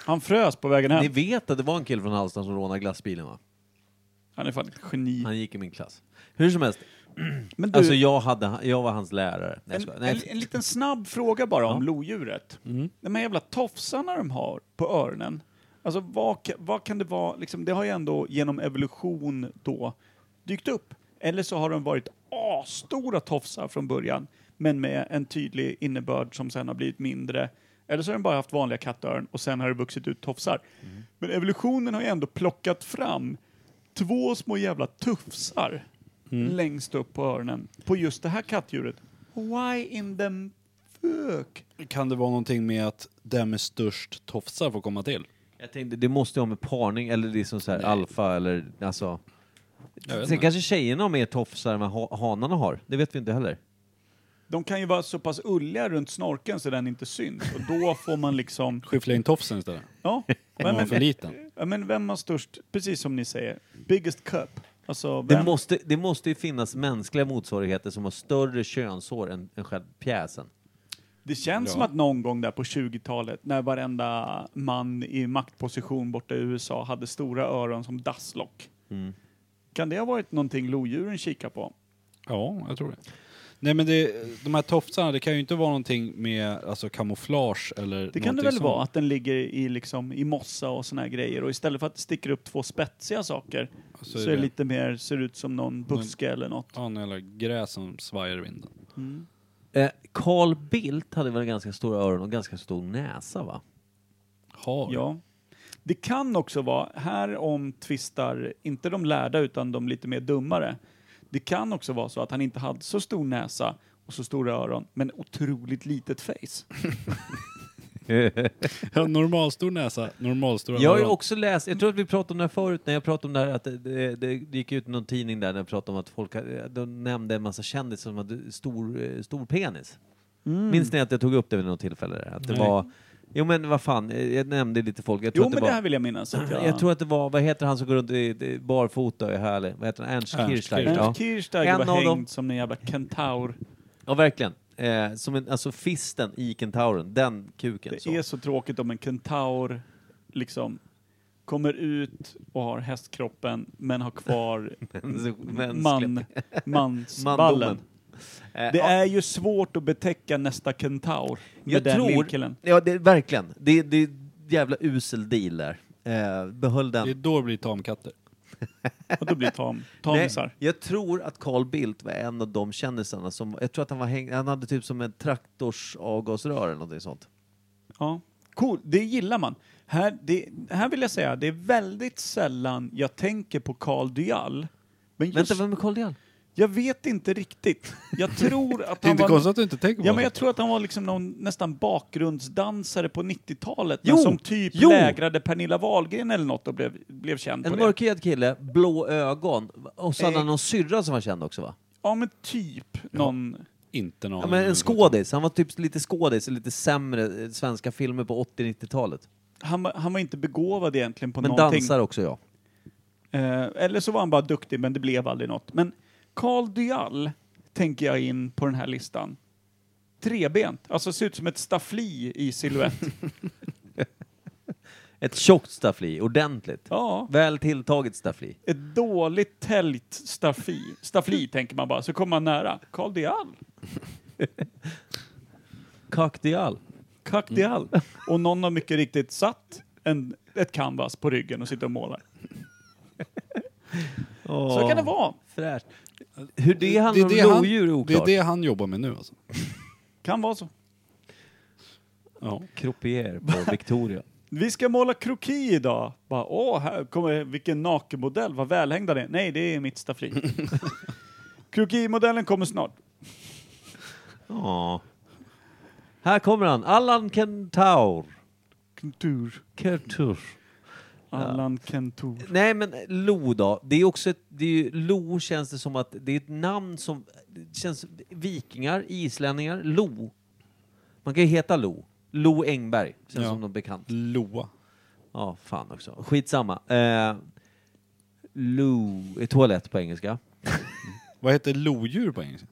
[SPEAKER 3] Han frös på vägen
[SPEAKER 2] Ni
[SPEAKER 3] hem.
[SPEAKER 2] vet att det var en kille från Halmstad som rånade glassbilen va?
[SPEAKER 3] Han är fan ett geni.
[SPEAKER 2] Han gick i min klass. Hur som helst,
[SPEAKER 3] Men du,
[SPEAKER 2] alltså jag, hade, jag var hans lärare. Nej, jag
[SPEAKER 3] en,
[SPEAKER 2] skojar. Mm.
[SPEAKER 3] en,
[SPEAKER 2] Nej,
[SPEAKER 3] en liten snabb fråga bara om lodjuret. De här jävla tofsarna de har på öronen. Alltså vad, ka- vad kan det vara, liksom, det har ju ändå genom evolution då dykt upp. Eller så har de varit asstora tofsar från början, men med en tydlig innebörd som sen har blivit mindre. Eller så har de bara haft vanliga kattörn och sen har det vuxit ut tofsar.
[SPEAKER 2] Mm.
[SPEAKER 3] Men evolutionen har ju ändå plockat fram två små jävla tufsar längst upp på öronen på just det här kattdjuret. Why in the fuck?
[SPEAKER 1] Kan det vara någonting med att den med störst tofsar får komma till?
[SPEAKER 2] Jag tänkte, det måste ju ha med parning eller liksom så här alfa eller alltså.
[SPEAKER 1] Jag vet
[SPEAKER 2] Sen
[SPEAKER 1] inte.
[SPEAKER 2] kanske tjejerna har mer tofsar än vad ha- hanarna har. Det vet vi inte heller.
[SPEAKER 3] De kan ju vara så pass ulliga runt snorkeln så den inte syns och då får man liksom...
[SPEAKER 1] Skyffla in tofsen istället.
[SPEAKER 3] Ja,
[SPEAKER 1] Om
[SPEAKER 3] men,
[SPEAKER 1] man är för
[SPEAKER 3] men,
[SPEAKER 1] liten.
[SPEAKER 3] Ja, men vem har störst, precis som ni säger, biggest cup? Alltså, vem,
[SPEAKER 2] Det måste, det måste ju finnas mänskliga motsvarigheter som har större könshår än, än själva pjäsen.
[SPEAKER 3] det känns
[SPEAKER 1] Ja.
[SPEAKER 3] som att någon gång där på 20-talet när varenda man i maktposition borta i USA hade stora öron som dasslock.
[SPEAKER 2] Mm.
[SPEAKER 3] Kan det ha varit någonting lodjuren kikar på?
[SPEAKER 1] Ja, jag tror det. Nej men det, de här tofsarna, det kan ju inte vara någonting med alltså, kamouflage eller
[SPEAKER 3] Det kan det
[SPEAKER 1] någonting
[SPEAKER 3] väl
[SPEAKER 1] sånt.
[SPEAKER 3] vara, att den ligger i, liksom, i mossa och såna här grejer och istället för att det sticker upp två spetsiga saker så, är det lite mer, ser ut som någon buske eller något.
[SPEAKER 1] Ja, en jävla gräs som svajar i vinden.
[SPEAKER 3] Mm.
[SPEAKER 2] Eh, Carl Bildt hade väl ganska stora öron och ganska stor näsa va?
[SPEAKER 1] Har.
[SPEAKER 3] Ja. Det kan också vara, här om tvistar, inte de lärda utan de lite mer dummare. Det kan också vara så att han inte hade så stor näsa och så stora öron, men otroligt litet face.
[SPEAKER 1] Ja, normalstor näsa, normalstora
[SPEAKER 2] Jag har ju
[SPEAKER 1] öron.
[SPEAKER 2] också läst, jag tror att vi pratade om det här förut när jag pratade om det här att det, det, det gick ut någon tidning där när jag pratade om att folk hade- de nämnde en massa kändisar som hade stor, eh, stor penis. Minns ni att jag tog upp det vid något tillfälle? Där? Att det
[SPEAKER 1] Nej.
[SPEAKER 2] var, jo men vad fan, eh, jag nämnde lite folk. Jag tror
[SPEAKER 3] Jo,
[SPEAKER 2] att det
[SPEAKER 3] men
[SPEAKER 2] var,
[SPEAKER 3] det här vill jag minnas. Att jag,
[SPEAKER 2] Jag tror att det var, vad heter han som går runt i, i barfota och är härlig? Vad heter han? Ernst
[SPEAKER 1] Ernst
[SPEAKER 2] Kirchsteiger?
[SPEAKER 1] Kirchsteiger.
[SPEAKER 2] Ja.
[SPEAKER 3] Ernst Kirchsteiger
[SPEAKER 2] En
[SPEAKER 3] var
[SPEAKER 2] av
[SPEAKER 3] hängd
[SPEAKER 2] dem-
[SPEAKER 3] som en jävla kentaur.
[SPEAKER 2] ja, verkligen. Eh, som en, alltså fisten i kentauren, den kuken.
[SPEAKER 3] Det
[SPEAKER 2] så.
[SPEAKER 3] är så tråkigt om en kentaur liksom kommer ut och har hästkroppen men har kvar
[SPEAKER 2] Mänsk- mänsklig-
[SPEAKER 3] man, mansballen.
[SPEAKER 2] Mandomen. Eh,
[SPEAKER 3] Det
[SPEAKER 2] ja.
[SPEAKER 3] är ju svårt att betäcka nästa kentaur med
[SPEAKER 2] Jag
[SPEAKER 3] den
[SPEAKER 2] tror-
[SPEAKER 3] lillkillen.
[SPEAKER 2] Ja, det, verkligen. Det, det är jävla usel deal där. Eh, behöll den.
[SPEAKER 1] Det är då det blir tamkatter.
[SPEAKER 3] Och då blir tam,
[SPEAKER 2] Nej,
[SPEAKER 3] tamisar.
[SPEAKER 2] jag tror att Carl Bildt var en av de kändisarna som, jag tror att han var häng, han hade typ som en traktors avgasrör eller någonting sånt.
[SPEAKER 3] Ja. Cool, det gillar man. Här, det, här vill jag säga, det är väldigt sällan jag tänker på Carl Dyall. Men just,
[SPEAKER 2] Vänta, vem är Carl Dyall? Jag
[SPEAKER 3] jag vet inte riktigt. Jag tror att
[SPEAKER 1] Det är
[SPEAKER 3] han
[SPEAKER 1] inte
[SPEAKER 3] var...
[SPEAKER 1] konstigt att du inte tänker på
[SPEAKER 3] Ja,
[SPEAKER 1] det.
[SPEAKER 3] men jag tror att han var liksom någon nästan bakgrundsdansare på 90-talet.
[SPEAKER 2] Jo,
[SPEAKER 3] men som typ
[SPEAKER 2] jo.
[SPEAKER 3] lägrade Pernilla Wahlgren eller något och blev, blev känd på
[SPEAKER 2] En
[SPEAKER 3] det.
[SPEAKER 2] mörkhyad kille, blå ögon, och så hade
[SPEAKER 3] Eh.
[SPEAKER 2] han någon syrra som var känd också va?
[SPEAKER 3] Ja, men typ någon...
[SPEAKER 1] Inte någon.
[SPEAKER 2] Ja, men en skådis, han var typ lite skådis, i lite sämre eh, svenska filmer på 80-90-talet.
[SPEAKER 3] Han, var- han var inte begåvad egentligen på
[SPEAKER 2] Men
[SPEAKER 3] någonting.
[SPEAKER 2] dansar också ja.
[SPEAKER 3] Eh, eller så var han bara duktig, men det blev aldrig något. Men Carl Dyall tänker jag in på den här listan. Trebent, alltså ser ut som ett staffli i silhuett.
[SPEAKER 2] Ett tjockt staffli, ordentligt.
[SPEAKER 3] ja,
[SPEAKER 2] Väl tilltaget staffli.
[SPEAKER 3] ett dåligt täljt staffli. Staffli tänker man bara, så kommer man nära. Carl Dyall,
[SPEAKER 2] Kak Dial.
[SPEAKER 3] Kack Dyall. Och någon har mycket riktigt satt en, ett canvas på ryggen och sitter och målar. Så kan det vara.
[SPEAKER 2] Fräscht. Hur det
[SPEAKER 1] Det
[SPEAKER 2] handlar
[SPEAKER 1] är
[SPEAKER 2] om
[SPEAKER 1] det han-
[SPEAKER 2] lodjur är
[SPEAKER 1] Det är
[SPEAKER 2] oklart.
[SPEAKER 1] det han jobbar med nu alltså.
[SPEAKER 3] Kan vara så.
[SPEAKER 1] Ja.
[SPEAKER 2] Croupier på Victoria.
[SPEAKER 3] Vi ska måla kroki idag. Bara, åh, här kommer, vilken nakenmodell, vad välhängda det är. Nej, det är mitt staffli. Krokimodellen kommer snart.
[SPEAKER 2] Ja. Här kommer han, Allan Kentaur.
[SPEAKER 3] Kentur.
[SPEAKER 2] Kertur.
[SPEAKER 3] Allan Kentur.
[SPEAKER 2] Nej men Lo då, det är också ett, det är ju, Lo känns det som att det är ett namn som, det känns vikingar, islänningar, Lo. Man kan ju heta Lo. Lo Engberg, känns
[SPEAKER 1] Ja.
[SPEAKER 2] som någon bekant.
[SPEAKER 1] Loa.
[SPEAKER 2] Ja, fan också. Skitsamma. Eh, Lo, är toalett på engelska.
[SPEAKER 1] Vad heter lodjur på engelska?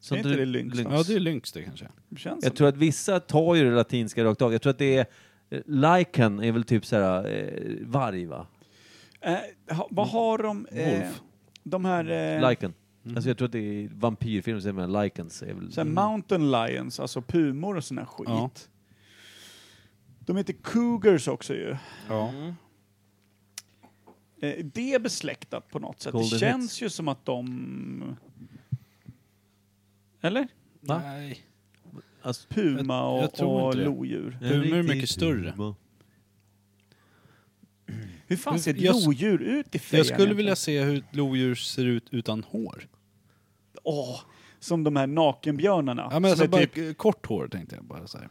[SPEAKER 2] Som
[SPEAKER 3] Är inte
[SPEAKER 2] du-
[SPEAKER 3] det lynx?
[SPEAKER 1] Ja, det är lynx det kanske.
[SPEAKER 3] Det Känns
[SPEAKER 2] Jag
[SPEAKER 3] som.
[SPEAKER 2] tror att vissa tar ju det latinska rakt av. Jag tror att det är... eh, Lycan är väl typ såhär eh, varg va?
[SPEAKER 3] Eh, ha, vad har de? Eh,
[SPEAKER 1] Wolf.
[SPEAKER 3] de här... Eh,
[SPEAKER 2] Lycan.
[SPEAKER 1] Mm.
[SPEAKER 2] Alltså jag tror att det är vampyrfilmer som heter Lycans. Är väl,
[SPEAKER 3] så här mountain lions, alltså pumor och sån här skit.
[SPEAKER 1] Ja.
[SPEAKER 3] De heter cougars också ju.
[SPEAKER 1] Ja.
[SPEAKER 3] Eh, det är besläktat på något sätt. det
[SPEAKER 2] Golden
[SPEAKER 3] känns
[SPEAKER 2] hits.
[SPEAKER 3] ju som att de... Eller?
[SPEAKER 2] Va?
[SPEAKER 1] Nej.
[SPEAKER 2] Alltså,
[SPEAKER 3] Puma
[SPEAKER 1] Jag- jag
[SPEAKER 3] och,
[SPEAKER 1] tror
[SPEAKER 3] och
[SPEAKER 1] inte det.
[SPEAKER 3] lodjur.
[SPEAKER 1] Humor är mycket större.
[SPEAKER 3] Hur fan
[SPEAKER 1] Men
[SPEAKER 3] ser ett
[SPEAKER 1] jag s-
[SPEAKER 3] lodjur ut i fejan?
[SPEAKER 1] Jag skulle vilja se
[SPEAKER 3] egentligen?
[SPEAKER 1] hur ett lodjur ser ut utan hår.
[SPEAKER 3] Åh, som de här nakenbjörnarna.
[SPEAKER 1] Ja, men
[SPEAKER 3] som
[SPEAKER 1] alltså
[SPEAKER 3] är
[SPEAKER 1] bara
[SPEAKER 3] typ,
[SPEAKER 1] typ... kort hår tänkte jag bara så här.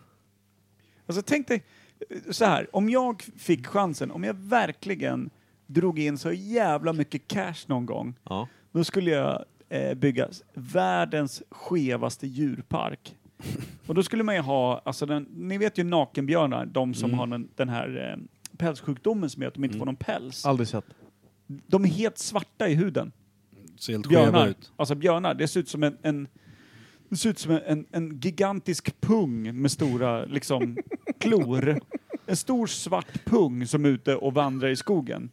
[SPEAKER 3] alltså tänk dig eh, så här, om jag fick chansen, om jag verkligen drog in så jävla mycket cash någon gång,
[SPEAKER 2] Ja.
[SPEAKER 3] då skulle jag eh, bygga s- världens skevaste djurpark.
[SPEAKER 1] Mm.
[SPEAKER 3] Och då skulle man ju ha, alltså den, ni vet ju nakenbjörnar, de som har den, den här eh, pälssjukdomen som gör att de inte får någon päls.
[SPEAKER 2] Aldrig sett.
[SPEAKER 3] De är helt svarta i huden.
[SPEAKER 1] Ser helt skeva
[SPEAKER 3] Björnar.
[SPEAKER 1] ut.
[SPEAKER 3] Alltså björnar. Det ser ut som en, en det ser ut som en- en, en gigantisk pung med stora liksom klor. En stor svart pung som är ute och vandrar i skogen.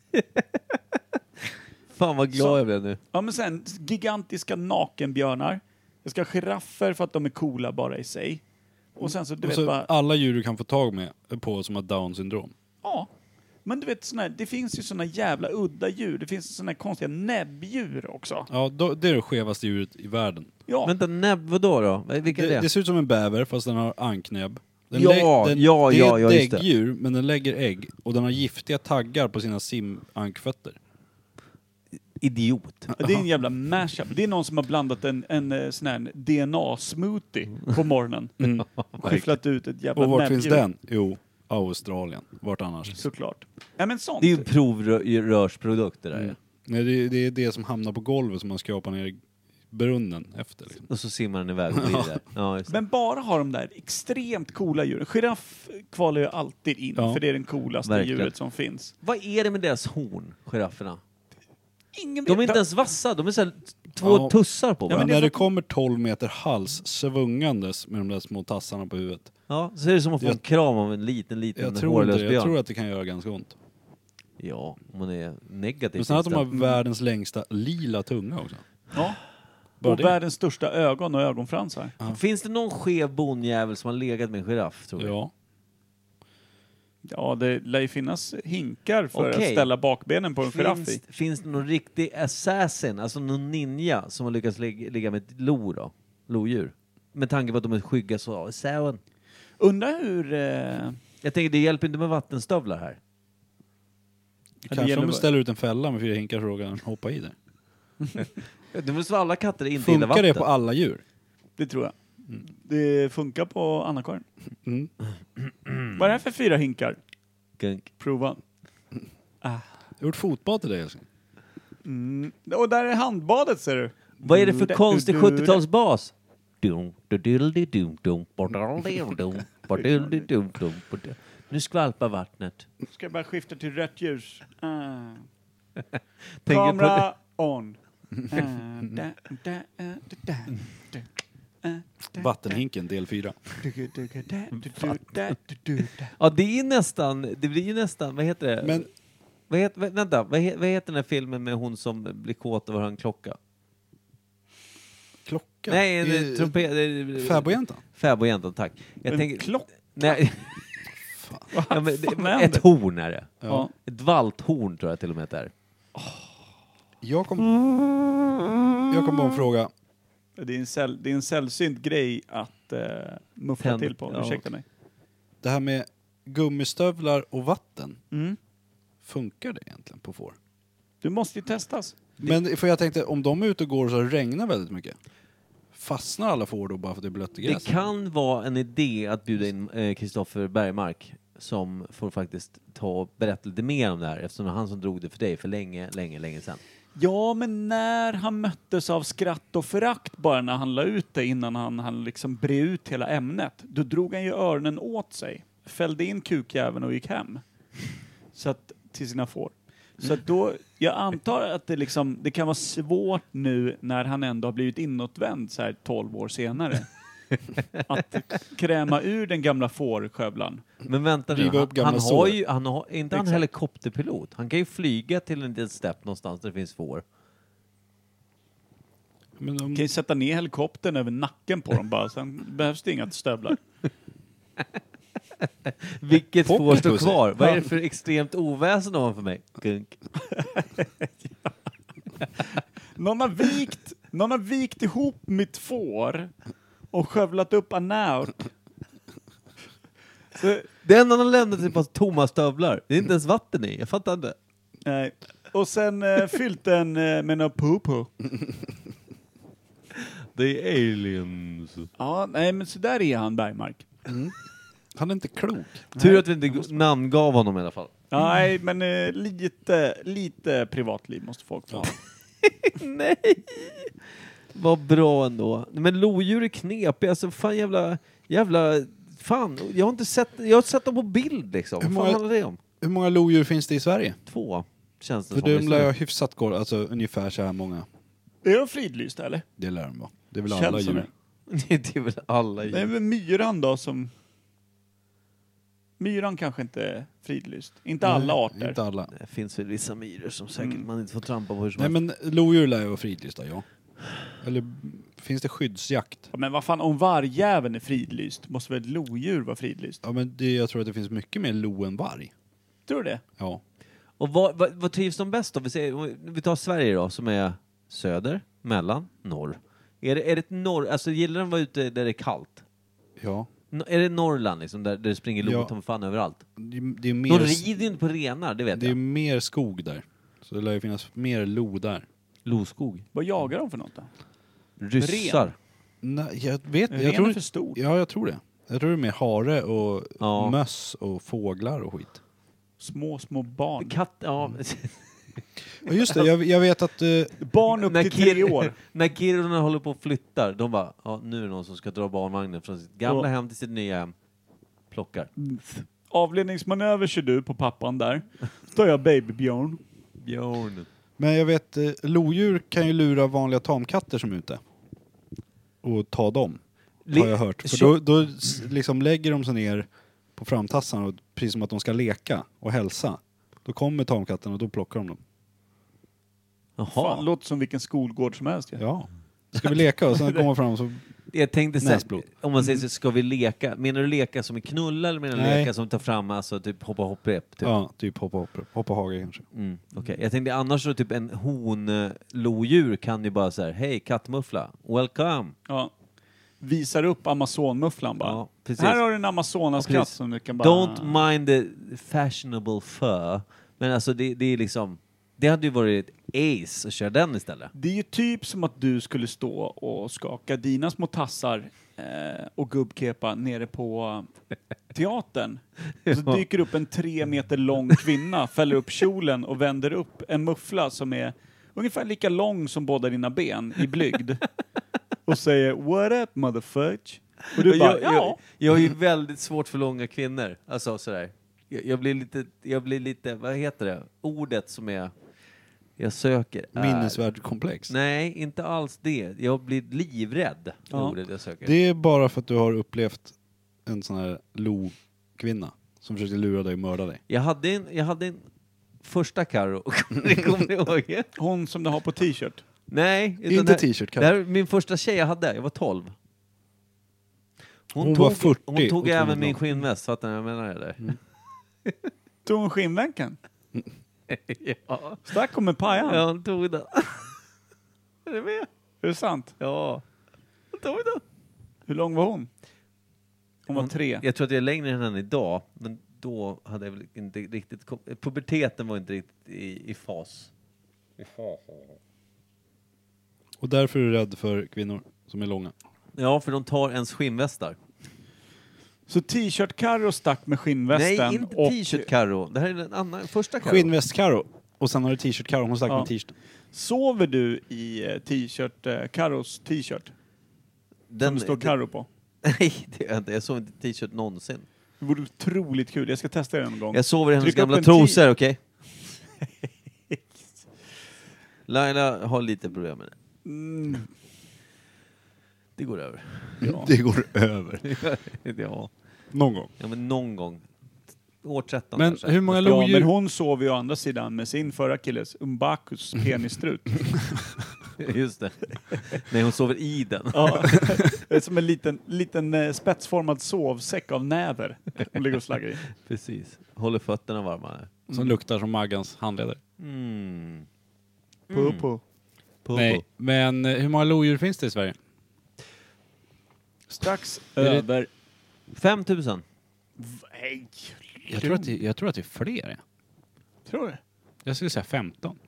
[SPEAKER 2] Fan vad glad
[SPEAKER 3] Så-
[SPEAKER 2] jag blev nu.
[SPEAKER 3] Ja men sen gigantiska nakenbjörnar. Jag ska ha giraffer för att de är coola bara i sig. Och sen så du
[SPEAKER 1] Och
[SPEAKER 3] vet
[SPEAKER 1] så Ah.
[SPEAKER 3] bara...
[SPEAKER 1] alla djur du kan få tag med på som har down syndrom.
[SPEAKER 3] Ja. Men du vet, såna här, det finns ju såna jävla udda djur. Det finns såna här konstiga näbbdjur också.
[SPEAKER 1] Ja, då, det är det skevaste djuret i världen.
[SPEAKER 3] Ja,
[SPEAKER 2] Vänta, näbb, vadå då? Eh, Vilka är
[SPEAKER 1] Det,
[SPEAKER 2] det?
[SPEAKER 1] det ser ut som en bäver fast den har anknäbb. Den
[SPEAKER 2] Ja,
[SPEAKER 1] lä- den,
[SPEAKER 2] ja,
[SPEAKER 1] det
[SPEAKER 2] ja,
[SPEAKER 1] är
[SPEAKER 2] ja,
[SPEAKER 1] ett
[SPEAKER 2] just det.
[SPEAKER 1] däggdjur, men den lägger ägg och den har giftiga taggar på sina simankfötter.
[SPEAKER 2] Idiot.
[SPEAKER 3] det är en jävla mashup. Det är någon som har blandat en, en eh, sån här DNA-smoothie på morgonen. Skyfflat ut ett jävla
[SPEAKER 1] Mm. Och vart finns
[SPEAKER 3] näbbdjur.
[SPEAKER 1] den? Jo, Australien. Vart annars?
[SPEAKER 3] Såklart. Ja men sånt.
[SPEAKER 2] Det är ju en provrörsprodukt det där
[SPEAKER 1] Mm.
[SPEAKER 2] ju.
[SPEAKER 1] Nej, det, det är det som hamnar på golvet som man skrapar ner i brunnen efter. Liksom.
[SPEAKER 2] Och så simmar den iväg och blir där. Ja, just det.
[SPEAKER 3] Men bara ha de där extremt coola djuren. Giraff kvalar ju alltid in,
[SPEAKER 1] Ja.
[SPEAKER 3] för det är den coolaste
[SPEAKER 2] Verkligen.
[SPEAKER 3] djuret som finns.
[SPEAKER 2] Vad är det med deras horn, girafferna?
[SPEAKER 3] Ingen
[SPEAKER 2] De är
[SPEAKER 3] vet.
[SPEAKER 2] inte ens vassa, de är såhär två
[SPEAKER 1] Ja.
[SPEAKER 2] tussar på
[SPEAKER 1] Ja, men
[SPEAKER 2] varandra.
[SPEAKER 1] när det kommer 12 meter hals svungandes med de där små tassarna på huvudet.
[SPEAKER 2] Ja, så är det som att få en
[SPEAKER 1] Jag-
[SPEAKER 2] kram av en liten, liten
[SPEAKER 1] Jag tror,
[SPEAKER 2] hårlös
[SPEAKER 1] inte det. jag
[SPEAKER 2] björn.
[SPEAKER 1] tror att det kan göra ganska ont.
[SPEAKER 2] Ja, om man är negativ.
[SPEAKER 1] Men sen att de har
[SPEAKER 2] inställd.
[SPEAKER 1] världens längsta lila tunga också.
[SPEAKER 3] Ja.
[SPEAKER 1] Bara
[SPEAKER 3] Och
[SPEAKER 1] det.
[SPEAKER 3] världens största ögon och ögonfransar.
[SPEAKER 2] Finns det någon skev bonjävel som har legat med en giraff, tror jag?
[SPEAKER 1] Ja.
[SPEAKER 3] Ja, det lär ju finnas hinkar för att
[SPEAKER 2] Okej.
[SPEAKER 3] ställa bakbenen på en giraff i.
[SPEAKER 2] Finns, finns det någon riktig assassin, alltså någon ninja, som har lyckats ligga, ligga med ett lo då? Lodjur? Med tanke på att de är skygga så... Säven.
[SPEAKER 3] Undrar hur... Eh,
[SPEAKER 2] Jag tänker, det hjälper inte med vattenstövlar här.
[SPEAKER 1] Kanske
[SPEAKER 3] gäller
[SPEAKER 1] om du
[SPEAKER 3] bara-
[SPEAKER 1] ställer ut en fälla med fyra hinkar så råkar den hoppa i där.
[SPEAKER 2] Det är väl så alla katter inte
[SPEAKER 1] Funkar
[SPEAKER 2] gillar vatten?
[SPEAKER 1] det på alla djur?
[SPEAKER 3] det tror jag. Det funkar på Anna-Karin.
[SPEAKER 1] Mm.
[SPEAKER 3] Vad är det här för fyra hinkar?
[SPEAKER 2] Gunk.
[SPEAKER 3] Prova.
[SPEAKER 1] Jag har gjort fotbad till dig älskling.
[SPEAKER 3] Mm. Och där är handbadet ser du.
[SPEAKER 2] Vad är det för
[SPEAKER 3] Du-
[SPEAKER 2] konstig
[SPEAKER 3] Mm, du-
[SPEAKER 2] 70-talsbas? Dum, du- dill- di- dum, dum, bordill- di- dum, bordill- di- dum, dum, bordill. Nu skvalpar vattnet.
[SPEAKER 3] Ska jag bara skifta till rött ljus. Ah.
[SPEAKER 2] Tänker på det.
[SPEAKER 3] Kamera on. Ah, da, da, ah, da, da, da, ah, da,
[SPEAKER 1] Vattenhinken del 4.
[SPEAKER 3] du, du, du, du, da, du, du, da, du, du, da.
[SPEAKER 2] Ja, det är nästan, det blir ju nästan, vad heter det?
[SPEAKER 1] Men
[SPEAKER 2] Vad heter, vä- vänta, vad, he, vad heter den här filmen med hon som blir kåt över en klocka?
[SPEAKER 1] klockan?
[SPEAKER 2] Nej, det är
[SPEAKER 1] Eh,
[SPEAKER 2] trumpet... det är-
[SPEAKER 1] Fäbodjäntan?
[SPEAKER 2] Fäbodjäntan, tack. Jag
[SPEAKER 3] En
[SPEAKER 2] tänker-
[SPEAKER 3] klock?
[SPEAKER 2] Nej. ja, men, det-
[SPEAKER 3] fan händer?
[SPEAKER 2] ett horn är det.
[SPEAKER 3] Ja.
[SPEAKER 2] Ett valthorn tror jag till och med att det är.
[SPEAKER 1] Jag kom, jag kom på en fråga.
[SPEAKER 3] Det är, en säll, det är en sällsynt grej att eh, muffa
[SPEAKER 2] Tänd-
[SPEAKER 3] till på,
[SPEAKER 2] ja.
[SPEAKER 3] ursäkta mig.
[SPEAKER 1] Det här med gummistövlar och vatten,
[SPEAKER 3] Mm.
[SPEAKER 1] funkar det egentligen på får?
[SPEAKER 3] Du måste ju testas.
[SPEAKER 1] Men för jag tänkte, om de är ute och går så regnar väldigt mycket. Fastnar alla får då bara för att det är blött i
[SPEAKER 2] Det
[SPEAKER 1] gräset?
[SPEAKER 2] kan vara en idé att bjuda in Kristoffer Bergmark som får faktiskt ta och berätta lite mer om det här eftersom det var han som drog det för dig för länge, länge, länge sedan.
[SPEAKER 3] Ja, men när han möttes av skratt och förakt bara när han la ut det innan han, han liksom bre ut hela ämnet, då drog han ju öronen åt sig, fällde in kukjäveln och gick hem. Så att, till sina får. Så att då, jag antar att det liksom, det kan vara svårt nu när han ändå har blivit inåtvänd så här 12 år senare. att kräma ur den gamla fårskövlan.
[SPEAKER 2] Men vänta nu,
[SPEAKER 1] Riva upp
[SPEAKER 2] han,
[SPEAKER 1] gamla
[SPEAKER 2] han har
[SPEAKER 1] sår.
[SPEAKER 2] ju, han har, är inte han
[SPEAKER 3] Exakt.
[SPEAKER 2] helikopterpilot? Han kan ju flyga till en liten stepp någonstans där det finns får.
[SPEAKER 1] Men om,
[SPEAKER 3] Kan ju sätta ner helikoptern över nacken på dem bara, sen behövs det inga stövlar.
[SPEAKER 2] Vilket får står
[SPEAKER 1] Poppypussy.
[SPEAKER 2] kvar? Vad är det för extremt oväsen ovanför mig? Gunk.
[SPEAKER 3] Någon har vikt, någon har vikt ihop mitt får och skövlat upp anaut. Så,
[SPEAKER 2] Det enda han har lämnat är bara tomma stövlar. Det är inte ens vatten i, jag fattar inte.
[SPEAKER 3] nej. Och sen eh, fyllt den eh, med något poo
[SPEAKER 2] Det är aliens.
[SPEAKER 3] Ja, nej men så där är han Bergmark.
[SPEAKER 1] han är inte klok.
[SPEAKER 2] Tur att vi inte namngav honom i alla fall.
[SPEAKER 3] Nej, men eh, lite, lite privatliv måste folk få ha.
[SPEAKER 2] Nej! Vad bra ändå. Men lodjur är knepiga, alltså fan jävla, jävla, fan. Jag har inte sett, jag har sett dem på bild liksom.
[SPEAKER 1] Hur
[SPEAKER 2] Vad
[SPEAKER 1] många-
[SPEAKER 2] fan handlar det om?
[SPEAKER 1] hur många lodjur finns det i Sverige?
[SPEAKER 2] Två, känns det
[SPEAKER 1] För
[SPEAKER 2] som. liksom.
[SPEAKER 1] du
[SPEAKER 2] just nu.
[SPEAKER 1] lär ju ha hyfsat koll, alltså ungefär så här många.
[SPEAKER 3] Är de fridlysta eller?
[SPEAKER 1] Det lär de vara. Det är väl alla
[SPEAKER 3] som
[SPEAKER 1] djur.
[SPEAKER 3] det.
[SPEAKER 2] det är typ väl alla
[SPEAKER 3] Nej
[SPEAKER 2] djur.
[SPEAKER 3] men myran då som... Myran kanske inte är fridlyst. Inte alla arter.
[SPEAKER 1] Inte alla.
[SPEAKER 2] Det finns väl vissa myror som säkert
[SPEAKER 3] Mm.
[SPEAKER 2] man inte får trampa på hur som
[SPEAKER 1] Nej
[SPEAKER 2] helst.
[SPEAKER 1] men lodjur lär ju vara fridlysta, ja. Eller finns det skyddsjakt?
[SPEAKER 3] Ja, Men vad fan, om vargjäveln är fridlyst, måste väl lodjur vara fridlyst?
[SPEAKER 1] Ja men det, jag tror att det finns mycket mer lo än varg.
[SPEAKER 3] Tror du det?
[SPEAKER 1] Ja.
[SPEAKER 2] Och vad, vad, vad trivs de bäst då? Vi, säger, om vi tar Sverige då, som är söder, mellan, norr. Är det, är det ett norr, alltså gillar de att vara ute där det är kallt?
[SPEAKER 1] Ja.
[SPEAKER 2] N- är det Norrland liksom, där, där det springer
[SPEAKER 1] Ja.
[SPEAKER 2] lodjur ja. fan överallt?
[SPEAKER 1] Det, det är
[SPEAKER 2] De
[SPEAKER 1] mer,
[SPEAKER 2] rider ju inte på renar, det vet
[SPEAKER 1] det är
[SPEAKER 2] jag.
[SPEAKER 1] mer skog där. Så det lär ju finnas mer lo där.
[SPEAKER 2] Loskog.
[SPEAKER 3] Vad jagar de för något då?
[SPEAKER 2] Ryssar.
[SPEAKER 1] Nej, jag vet
[SPEAKER 3] Ren
[SPEAKER 1] jag tror,
[SPEAKER 3] är
[SPEAKER 1] inte-
[SPEAKER 3] för stor.
[SPEAKER 1] Ja, jag tror det. Jag tror det är mer hare och
[SPEAKER 2] Ja.
[SPEAKER 1] möss och fåglar och skit.
[SPEAKER 3] Små, små barn.
[SPEAKER 2] Katt, ja.
[SPEAKER 1] Mm. Ja, just det. Jag, jag vet att... eh,
[SPEAKER 3] Barn upp till
[SPEAKER 2] Kir-
[SPEAKER 3] tre år.
[SPEAKER 2] när Kiruna håller på och flyttar, de bara, ja nu är det någon som ska dra barnvagnen från sitt gamla
[SPEAKER 3] Ja.
[SPEAKER 2] hem till sitt nya hem. Plockar.
[SPEAKER 3] Avledningsmanöver kör du på pappan där. Så tar jag babybjörn.
[SPEAKER 2] Björn.
[SPEAKER 1] men jag vet, eh, lodjur kan ju lura vanliga tamkatter som är ute. Och ta dem, har jag hört. För då, då s- liksom lägger de sig ner på framtassan, och, precis som att de ska leka och hälsa. Då kommer tamkatten och då plockar de dem.
[SPEAKER 2] Jaha.
[SPEAKER 3] Fan, låter som vilken skolgård som helst. Ja.
[SPEAKER 1] Ja. Ska vi leka? Och sen kommer fram så...
[SPEAKER 2] Jag tänkte så här,
[SPEAKER 1] Näsblod. Mm.
[SPEAKER 2] om man säger så, ska vi leka? Menar du leka som är knulla eller menar du
[SPEAKER 1] Nej.
[SPEAKER 2] leka som tar fram, alltså typ hoppa hopprep? Typ?
[SPEAKER 1] Ja, typ hoppa, hoppa, hoppa hage kanske.
[SPEAKER 2] Mm, okej. Jag tänkte annars så typ en honlodjur kan ju bara så här, hej kattmuffla, welcome.
[SPEAKER 3] Visar upp amazonmufflan bara.
[SPEAKER 2] Ja, precis.
[SPEAKER 3] Här har du en amazonaskatt
[SPEAKER 2] Ja, precis.
[SPEAKER 3] som du kan bara...
[SPEAKER 2] Don't mind the fashionable fur. Men alltså det, det är liksom, det hade ju varit ett ace att köra den istället.
[SPEAKER 3] Det är ju typ som att du skulle stå och skaka dina små tassar eh, och gubbkepa nere på teatern. Och så dyker upp en tre meter lång kvinna, fäller upp kjolen och vänder upp en muffla som är ungefär lika lång som båda dina ben i blygd. Och säger ”What up motherfudge?” Och du bara
[SPEAKER 2] jag,
[SPEAKER 3] ”Ja”.
[SPEAKER 2] jag, jag har ju väldigt svårt för långa kvinnor. Alltså sådär. Jag, jag, blir lite, jag blir lite, vad heter det, ordet som är, jag söker är...
[SPEAKER 1] Minnesvärd komplex.
[SPEAKER 2] Nej, inte alls det. Jag blir livrädd. för
[SPEAKER 3] Ja.
[SPEAKER 2] Ordet jag söker.
[SPEAKER 1] Det är bara för att du har upplevt en sån här lo-kvinna som försökte lura dig och mörda dig.
[SPEAKER 2] Jag, hade en, jag hade en första Karo, det kommer ni ihåg?
[SPEAKER 3] Hon som du har på t-shirt.
[SPEAKER 2] Nej. utan
[SPEAKER 1] Inte
[SPEAKER 2] det här-
[SPEAKER 1] t-shirt, Karo.
[SPEAKER 2] det här är Min första tjej jag hade, jag var 12.
[SPEAKER 1] Hon var 40
[SPEAKER 2] Hon
[SPEAKER 1] och
[SPEAKER 2] tog
[SPEAKER 1] tvungen
[SPEAKER 2] även
[SPEAKER 1] att-
[SPEAKER 2] min skinnväst, fattar ni vad jag menar eller?
[SPEAKER 3] Tog hon skinnbänken?
[SPEAKER 2] ja.
[SPEAKER 3] Stack hon med pajan?
[SPEAKER 2] ja, hon tog den. är du med?
[SPEAKER 3] Är det sant?
[SPEAKER 2] Ja. Hon tog den.
[SPEAKER 3] Hur lång var hon? Hon var
[SPEAKER 2] Hon-
[SPEAKER 3] tre.
[SPEAKER 2] Jag tror att jag är längre än henne idag, men då hade jag väl inte riktigt... Kom... Puberteten var inte riktigt i, i fas.
[SPEAKER 1] Och därför är du rädd för kvinnor som är långa.
[SPEAKER 2] Ja, för de tar ens skinnvästar.
[SPEAKER 3] Så t-shirt-Carro stack med skinnvästen?
[SPEAKER 2] Nej, inte
[SPEAKER 3] och-
[SPEAKER 2] t-shirt Karo. Det här är den annan, första Karo.
[SPEAKER 1] Skinnväst-Karo. Och sen har du t-shirt-Karo, hon stack
[SPEAKER 3] Ja.
[SPEAKER 1] med t-shirten.
[SPEAKER 3] Sover du i eh, t-shirt, eh, Carros t-shirt?
[SPEAKER 2] den,
[SPEAKER 3] som det står Carro på?
[SPEAKER 2] Nej, det gör jag inte. Jag sov inte i t-shirt någonsin.
[SPEAKER 3] Det vore otroligt kul, jag ska testa det en gång.
[SPEAKER 2] Jag sover i hennes
[SPEAKER 3] Tryck upp
[SPEAKER 2] gamla
[SPEAKER 3] en t-
[SPEAKER 2] trosor, okej? Laila har lite problem med det.
[SPEAKER 3] Mm,
[SPEAKER 2] Det går över.
[SPEAKER 3] ja.
[SPEAKER 1] Mm. Det går över.
[SPEAKER 2] ja.
[SPEAKER 1] Någon gång.
[SPEAKER 2] ja, men någon gång. År 13
[SPEAKER 1] Men
[SPEAKER 2] kanske.
[SPEAKER 1] hur många
[SPEAKER 3] ja, men
[SPEAKER 1] lodjur...
[SPEAKER 3] hon sover ju å andra sidan med sin förra killes Umbakus penisstrut.
[SPEAKER 2] Just det. Nej, hon sover i den.
[SPEAKER 3] ja. Det är som en liten, liten eh, spetsformad sovsäck av näver hon ligger och slaggar i.
[SPEAKER 2] Precis. Håller fötterna varma.
[SPEAKER 1] Som luktar som Maggans handleder.
[SPEAKER 2] Mm.
[SPEAKER 3] På, på.
[SPEAKER 2] Pumbo.
[SPEAKER 1] Nej, men eh, hur många lodjur finns det i Sverige?
[SPEAKER 3] Strax
[SPEAKER 1] det-
[SPEAKER 3] över...
[SPEAKER 2] 5000.
[SPEAKER 3] Nej,
[SPEAKER 1] Jag tror att det, jag tror att det är fler. ja.
[SPEAKER 3] tror du?
[SPEAKER 1] Jag skulle säga 15.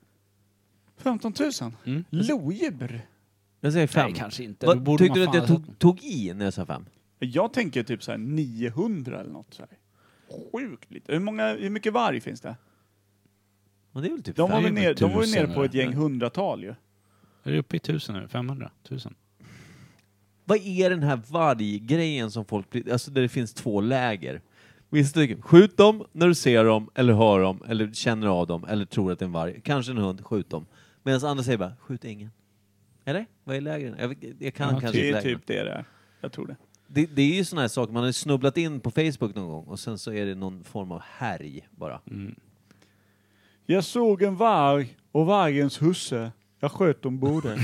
[SPEAKER 3] 15 000?
[SPEAKER 1] Mm.
[SPEAKER 3] Lodjur?
[SPEAKER 2] Jag säger 5.
[SPEAKER 1] kanske inte. Då
[SPEAKER 2] Vad,
[SPEAKER 1] borde
[SPEAKER 2] tyckte du
[SPEAKER 1] man
[SPEAKER 2] att jag
[SPEAKER 1] fan-
[SPEAKER 2] tog, tog i när jag sa 5?
[SPEAKER 3] Jag tänker typ så här 900 eller något så här. Sjukt lite. Hur, många, hur mycket varg finns det?
[SPEAKER 2] Men det är väl typ
[SPEAKER 3] De
[SPEAKER 1] Det
[SPEAKER 3] var
[SPEAKER 1] är
[SPEAKER 3] väl
[SPEAKER 1] väl
[SPEAKER 3] ner, de var ju
[SPEAKER 1] tusen
[SPEAKER 3] nere på ett
[SPEAKER 1] eller?
[SPEAKER 3] gäng hundratal ju.
[SPEAKER 1] Är det uppe i 1000 nu? 500? 1000?
[SPEAKER 2] Vad är den här varggrejen som folk blir... Alltså där det finns två läger. Men Misslyckas. Skjut dem när du ser dem, eller hör dem, eller känner av dem, eller tror att det är en varg. Kanske en hund, skjut dem. Medan andra säger bara, skjut ingen. Eller? Vad är lägren? Jag, jag kan
[SPEAKER 3] Ja,
[SPEAKER 2] kanske
[SPEAKER 3] det
[SPEAKER 2] inte
[SPEAKER 3] är
[SPEAKER 2] lägren.
[SPEAKER 3] typ det det är. Jag tror det.
[SPEAKER 2] Det, det är ju såna här saker, man har ju snubblat in på Facebook någon gång och sen så är det någon form av härj bara.
[SPEAKER 3] Mm. Jag såg en varg och vargens husse. Jag sköt dem båda.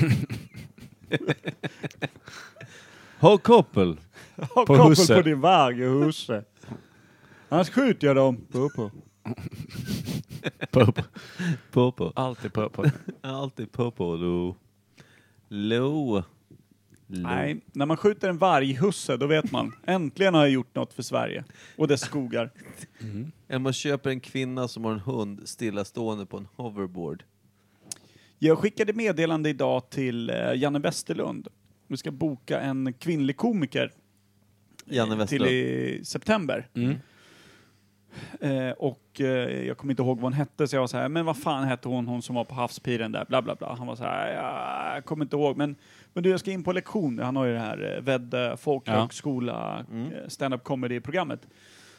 [SPEAKER 2] Ha koppel!
[SPEAKER 3] Har
[SPEAKER 1] På
[SPEAKER 3] koppel
[SPEAKER 1] husse.
[SPEAKER 3] på din varg och husse. Annars skjuter jag dem. Purple.
[SPEAKER 2] Popo. Popo.
[SPEAKER 6] Alltid purple.
[SPEAKER 2] Alltid popo, Lo. Lo. Lo.
[SPEAKER 3] Nej, när man skjuter en varghusse då vet man. Äntligen har jag gjort något för Sverige och dess skogar.
[SPEAKER 2] Eller man köper en kvinna som har en hund stillastående på en hoverboard.
[SPEAKER 3] Jag skickade meddelande idag till eh, Janne Westerlund. Vi ska boka en kvinnlig komiker eh,
[SPEAKER 2] Janne
[SPEAKER 3] till
[SPEAKER 2] Westerlund.
[SPEAKER 3] i september. Eh, och eh, jag kommer inte ihåg vad hon hette, så jag var så här, men vad fan hette hon, hon som var på havspiren där, bla bla bla. Han var så här, "Ja, jag kommer inte ihåg, men, men du jag ska in på lektion, han har ju det här eh, Väddö folkhögskola
[SPEAKER 2] Mm.
[SPEAKER 3] eh, stand-up comedy-programmet.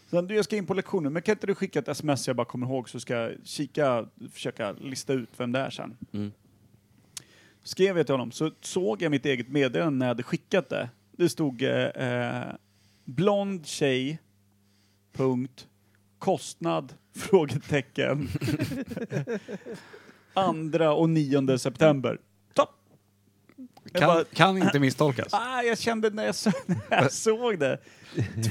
[SPEAKER 3] Så han, du jag ska in på lektionen, men kan inte du skicka ett sms så jag bara kommer ihåg så ska jag kika, försöka lista ut vem det är sen.
[SPEAKER 6] Mm.
[SPEAKER 3] Skrev jag till honom, så såg jag mitt eget meddelande när jag hade skickat det. Det stod eh, eh, blond tjej, punkt, kostnad, frågetecken. Andra och 9 september. Topp! Jag bara,
[SPEAKER 1] Kan, kan inte misstolkas.
[SPEAKER 3] ah, jag kände när jag, så, när jag såg det,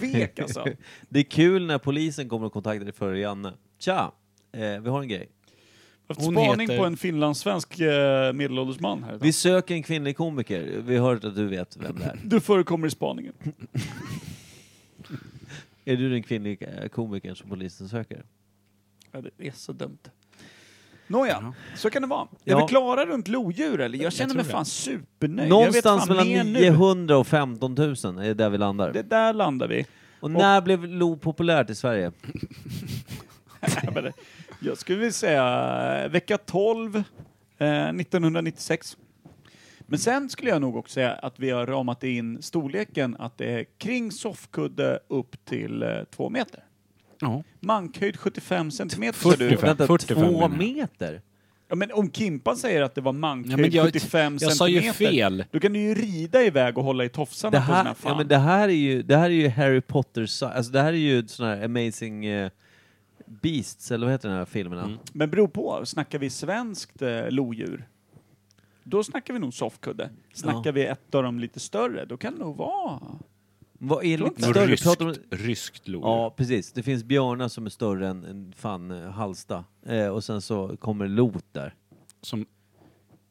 [SPEAKER 3] tvek alltså.
[SPEAKER 2] Det är kul när polisen kommer och kontaktar dig före Janne. Tja! Eh, vi har en grej.
[SPEAKER 3] Haft
[SPEAKER 6] Hon
[SPEAKER 3] spaning
[SPEAKER 6] heter-
[SPEAKER 3] på en finlandssvensk eh, medelålders man här. idag.
[SPEAKER 2] Vi söker en kvinnlig komiker. Vi har hört att du vet vem det är.
[SPEAKER 3] Du förekommer i spaningen.
[SPEAKER 2] är du den kvinnliga eh, komikern som polisen söker?
[SPEAKER 3] Ja, det är så dumt. Nåja, så kan det vara. Är
[SPEAKER 2] Ja.
[SPEAKER 3] vi klara runt lodjur eller? Jag känner mig
[SPEAKER 6] tror
[SPEAKER 3] fan supernöjd.
[SPEAKER 2] Någonstans
[SPEAKER 3] jag vet
[SPEAKER 2] mellan
[SPEAKER 3] fan mer nu.
[SPEAKER 2] 900 och 15 000 är där vi landar.
[SPEAKER 3] Det där landar vi.
[SPEAKER 2] och när blev Lo populärt i Sverige?
[SPEAKER 3] Jag menar, Jag skulle vilja säga eh, vecka 12, eh, 1996. Men sen skulle jag nog också säga att vi har ramat in storleken att det är kring soffkudde upp till eh, två meter.
[SPEAKER 1] Ja.
[SPEAKER 3] Mankhöjd 75 centimeter sa du.
[SPEAKER 1] 45.
[SPEAKER 2] Vänta,
[SPEAKER 1] 45
[SPEAKER 2] två
[SPEAKER 1] menar jag.
[SPEAKER 2] meter?
[SPEAKER 3] Ja, men om Kimpa säger att det var mankhöjd
[SPEAKER 6] Ja, men jag-
[SPEAKER 3] 75
[SPEAKER 6] jag sa ju
[SPEAKER 3] centimeter,
[SPEAKER 6] fel.
[SPEAKER 3] då kan du ju rida iväg och hålla i tofsarna
[SPEAKER 2] Det
[SPEAKER 3] på den här
[SPEAKER 2] här,
[SPEAKER 3] fan.
[SPEAKER 2] ja, men det, här är ju, det här är ju Harry Potter, sa- alltså det här är ju sån här amazing eh, beasts, eller vad heter den här
[SPEAKER 1] Mm.
[SPEAKER 2] filmerna?
[SPEAKER 3] Men beror på, snackar vi svenskt eh, lodjur, då snackar vi nog soffkudde. Snackar vi ett av dem lite större, då kan det nog vara...
[SPEAKER 2] Vad är
[SPEAKER 3] Tror
[SPEAKER 2] lite
[SPEAKER 3] inte.
[SPEAKER 2] större?
[SPEAKER 6] Ryskt,
[SPEAKER 2] Pratar om,
[SPEAKER 6] ryskt lodjur.
[SPEAKER 2] ja, precis. Det finns björnar som är större än, än fan eh, Halsta. Eh, och sen så kommer lot där.
[SPEAKER 1] Som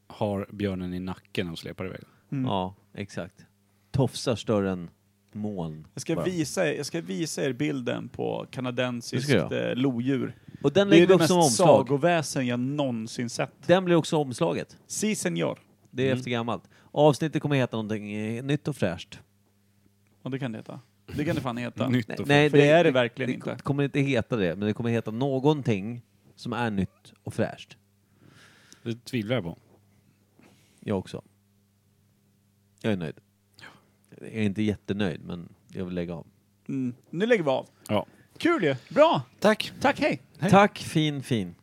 [SPEAKER 1] har björnen i nacken och släpar iväg.
[SPEAKER 3] Mm.
[SPEAKER 2] Ja, exakt. Tofsar större än moln.
[SPEAKER 3] Jag ska,
[SPEAKER 2] bara.
[SPEAKER 3] visa, er- jag ska visa er bilden på kanadensiskt
[SPEAKER 2] Det ska
[SPEAKER 3] eh, lodjur.
[SPEAKER 2] Och den
[SPEAKER 3] Det är
[SPEAKER 2] lägger vi
[SPEAKER 3] det
[SPEAKER 2] upp
[SPEAKER 3] mest
[SPEAKER 2] som omslag.
[SPEAKER 3] sagoväsen jag någonsin sett.
[SPEAKER 2] Den blir också omslaget.
[SPEAKER 3] Si senor.
[SPEAKER 2] Det är
[SPEAKER 3] Mm.
[SPEAKER 2] efter gammalt. Avsnittet kommer heta någonting eh, nytt och fräscht.
[SPEAKER 3] Ja, det kan det heta. Det kan det fan heta.
[SPEAKER 1] Nytt
[SPEAKER 2] Nej,
[SPEAKER 1] och
[SPEAKER 2] nej,
[SPEAKER 3] För det är det verkligen
[SPEAKER 2] det
[SPEAKER 3] inte.
[SPEAKER 2] kommer inte heta det, men det kommer heta någonting som är nytt och fräscht.
[SPEAKER 1] Det tvivlar jag på.
[SPEAKER 2] Jag också. Jag är nöjd. Jag är inte jättenöjd, men jag vill lägga av.
[SPEAKER 3] Mm. Nu lägger vi av.
[SPEAKER 1] Ja.
[SPEAKER 3] Kul ju! Bra!
[SPEAKER 1] Tack.
[SPEAKER 3] Tack, hej!
[SPEAKER 2] Tack fin fin.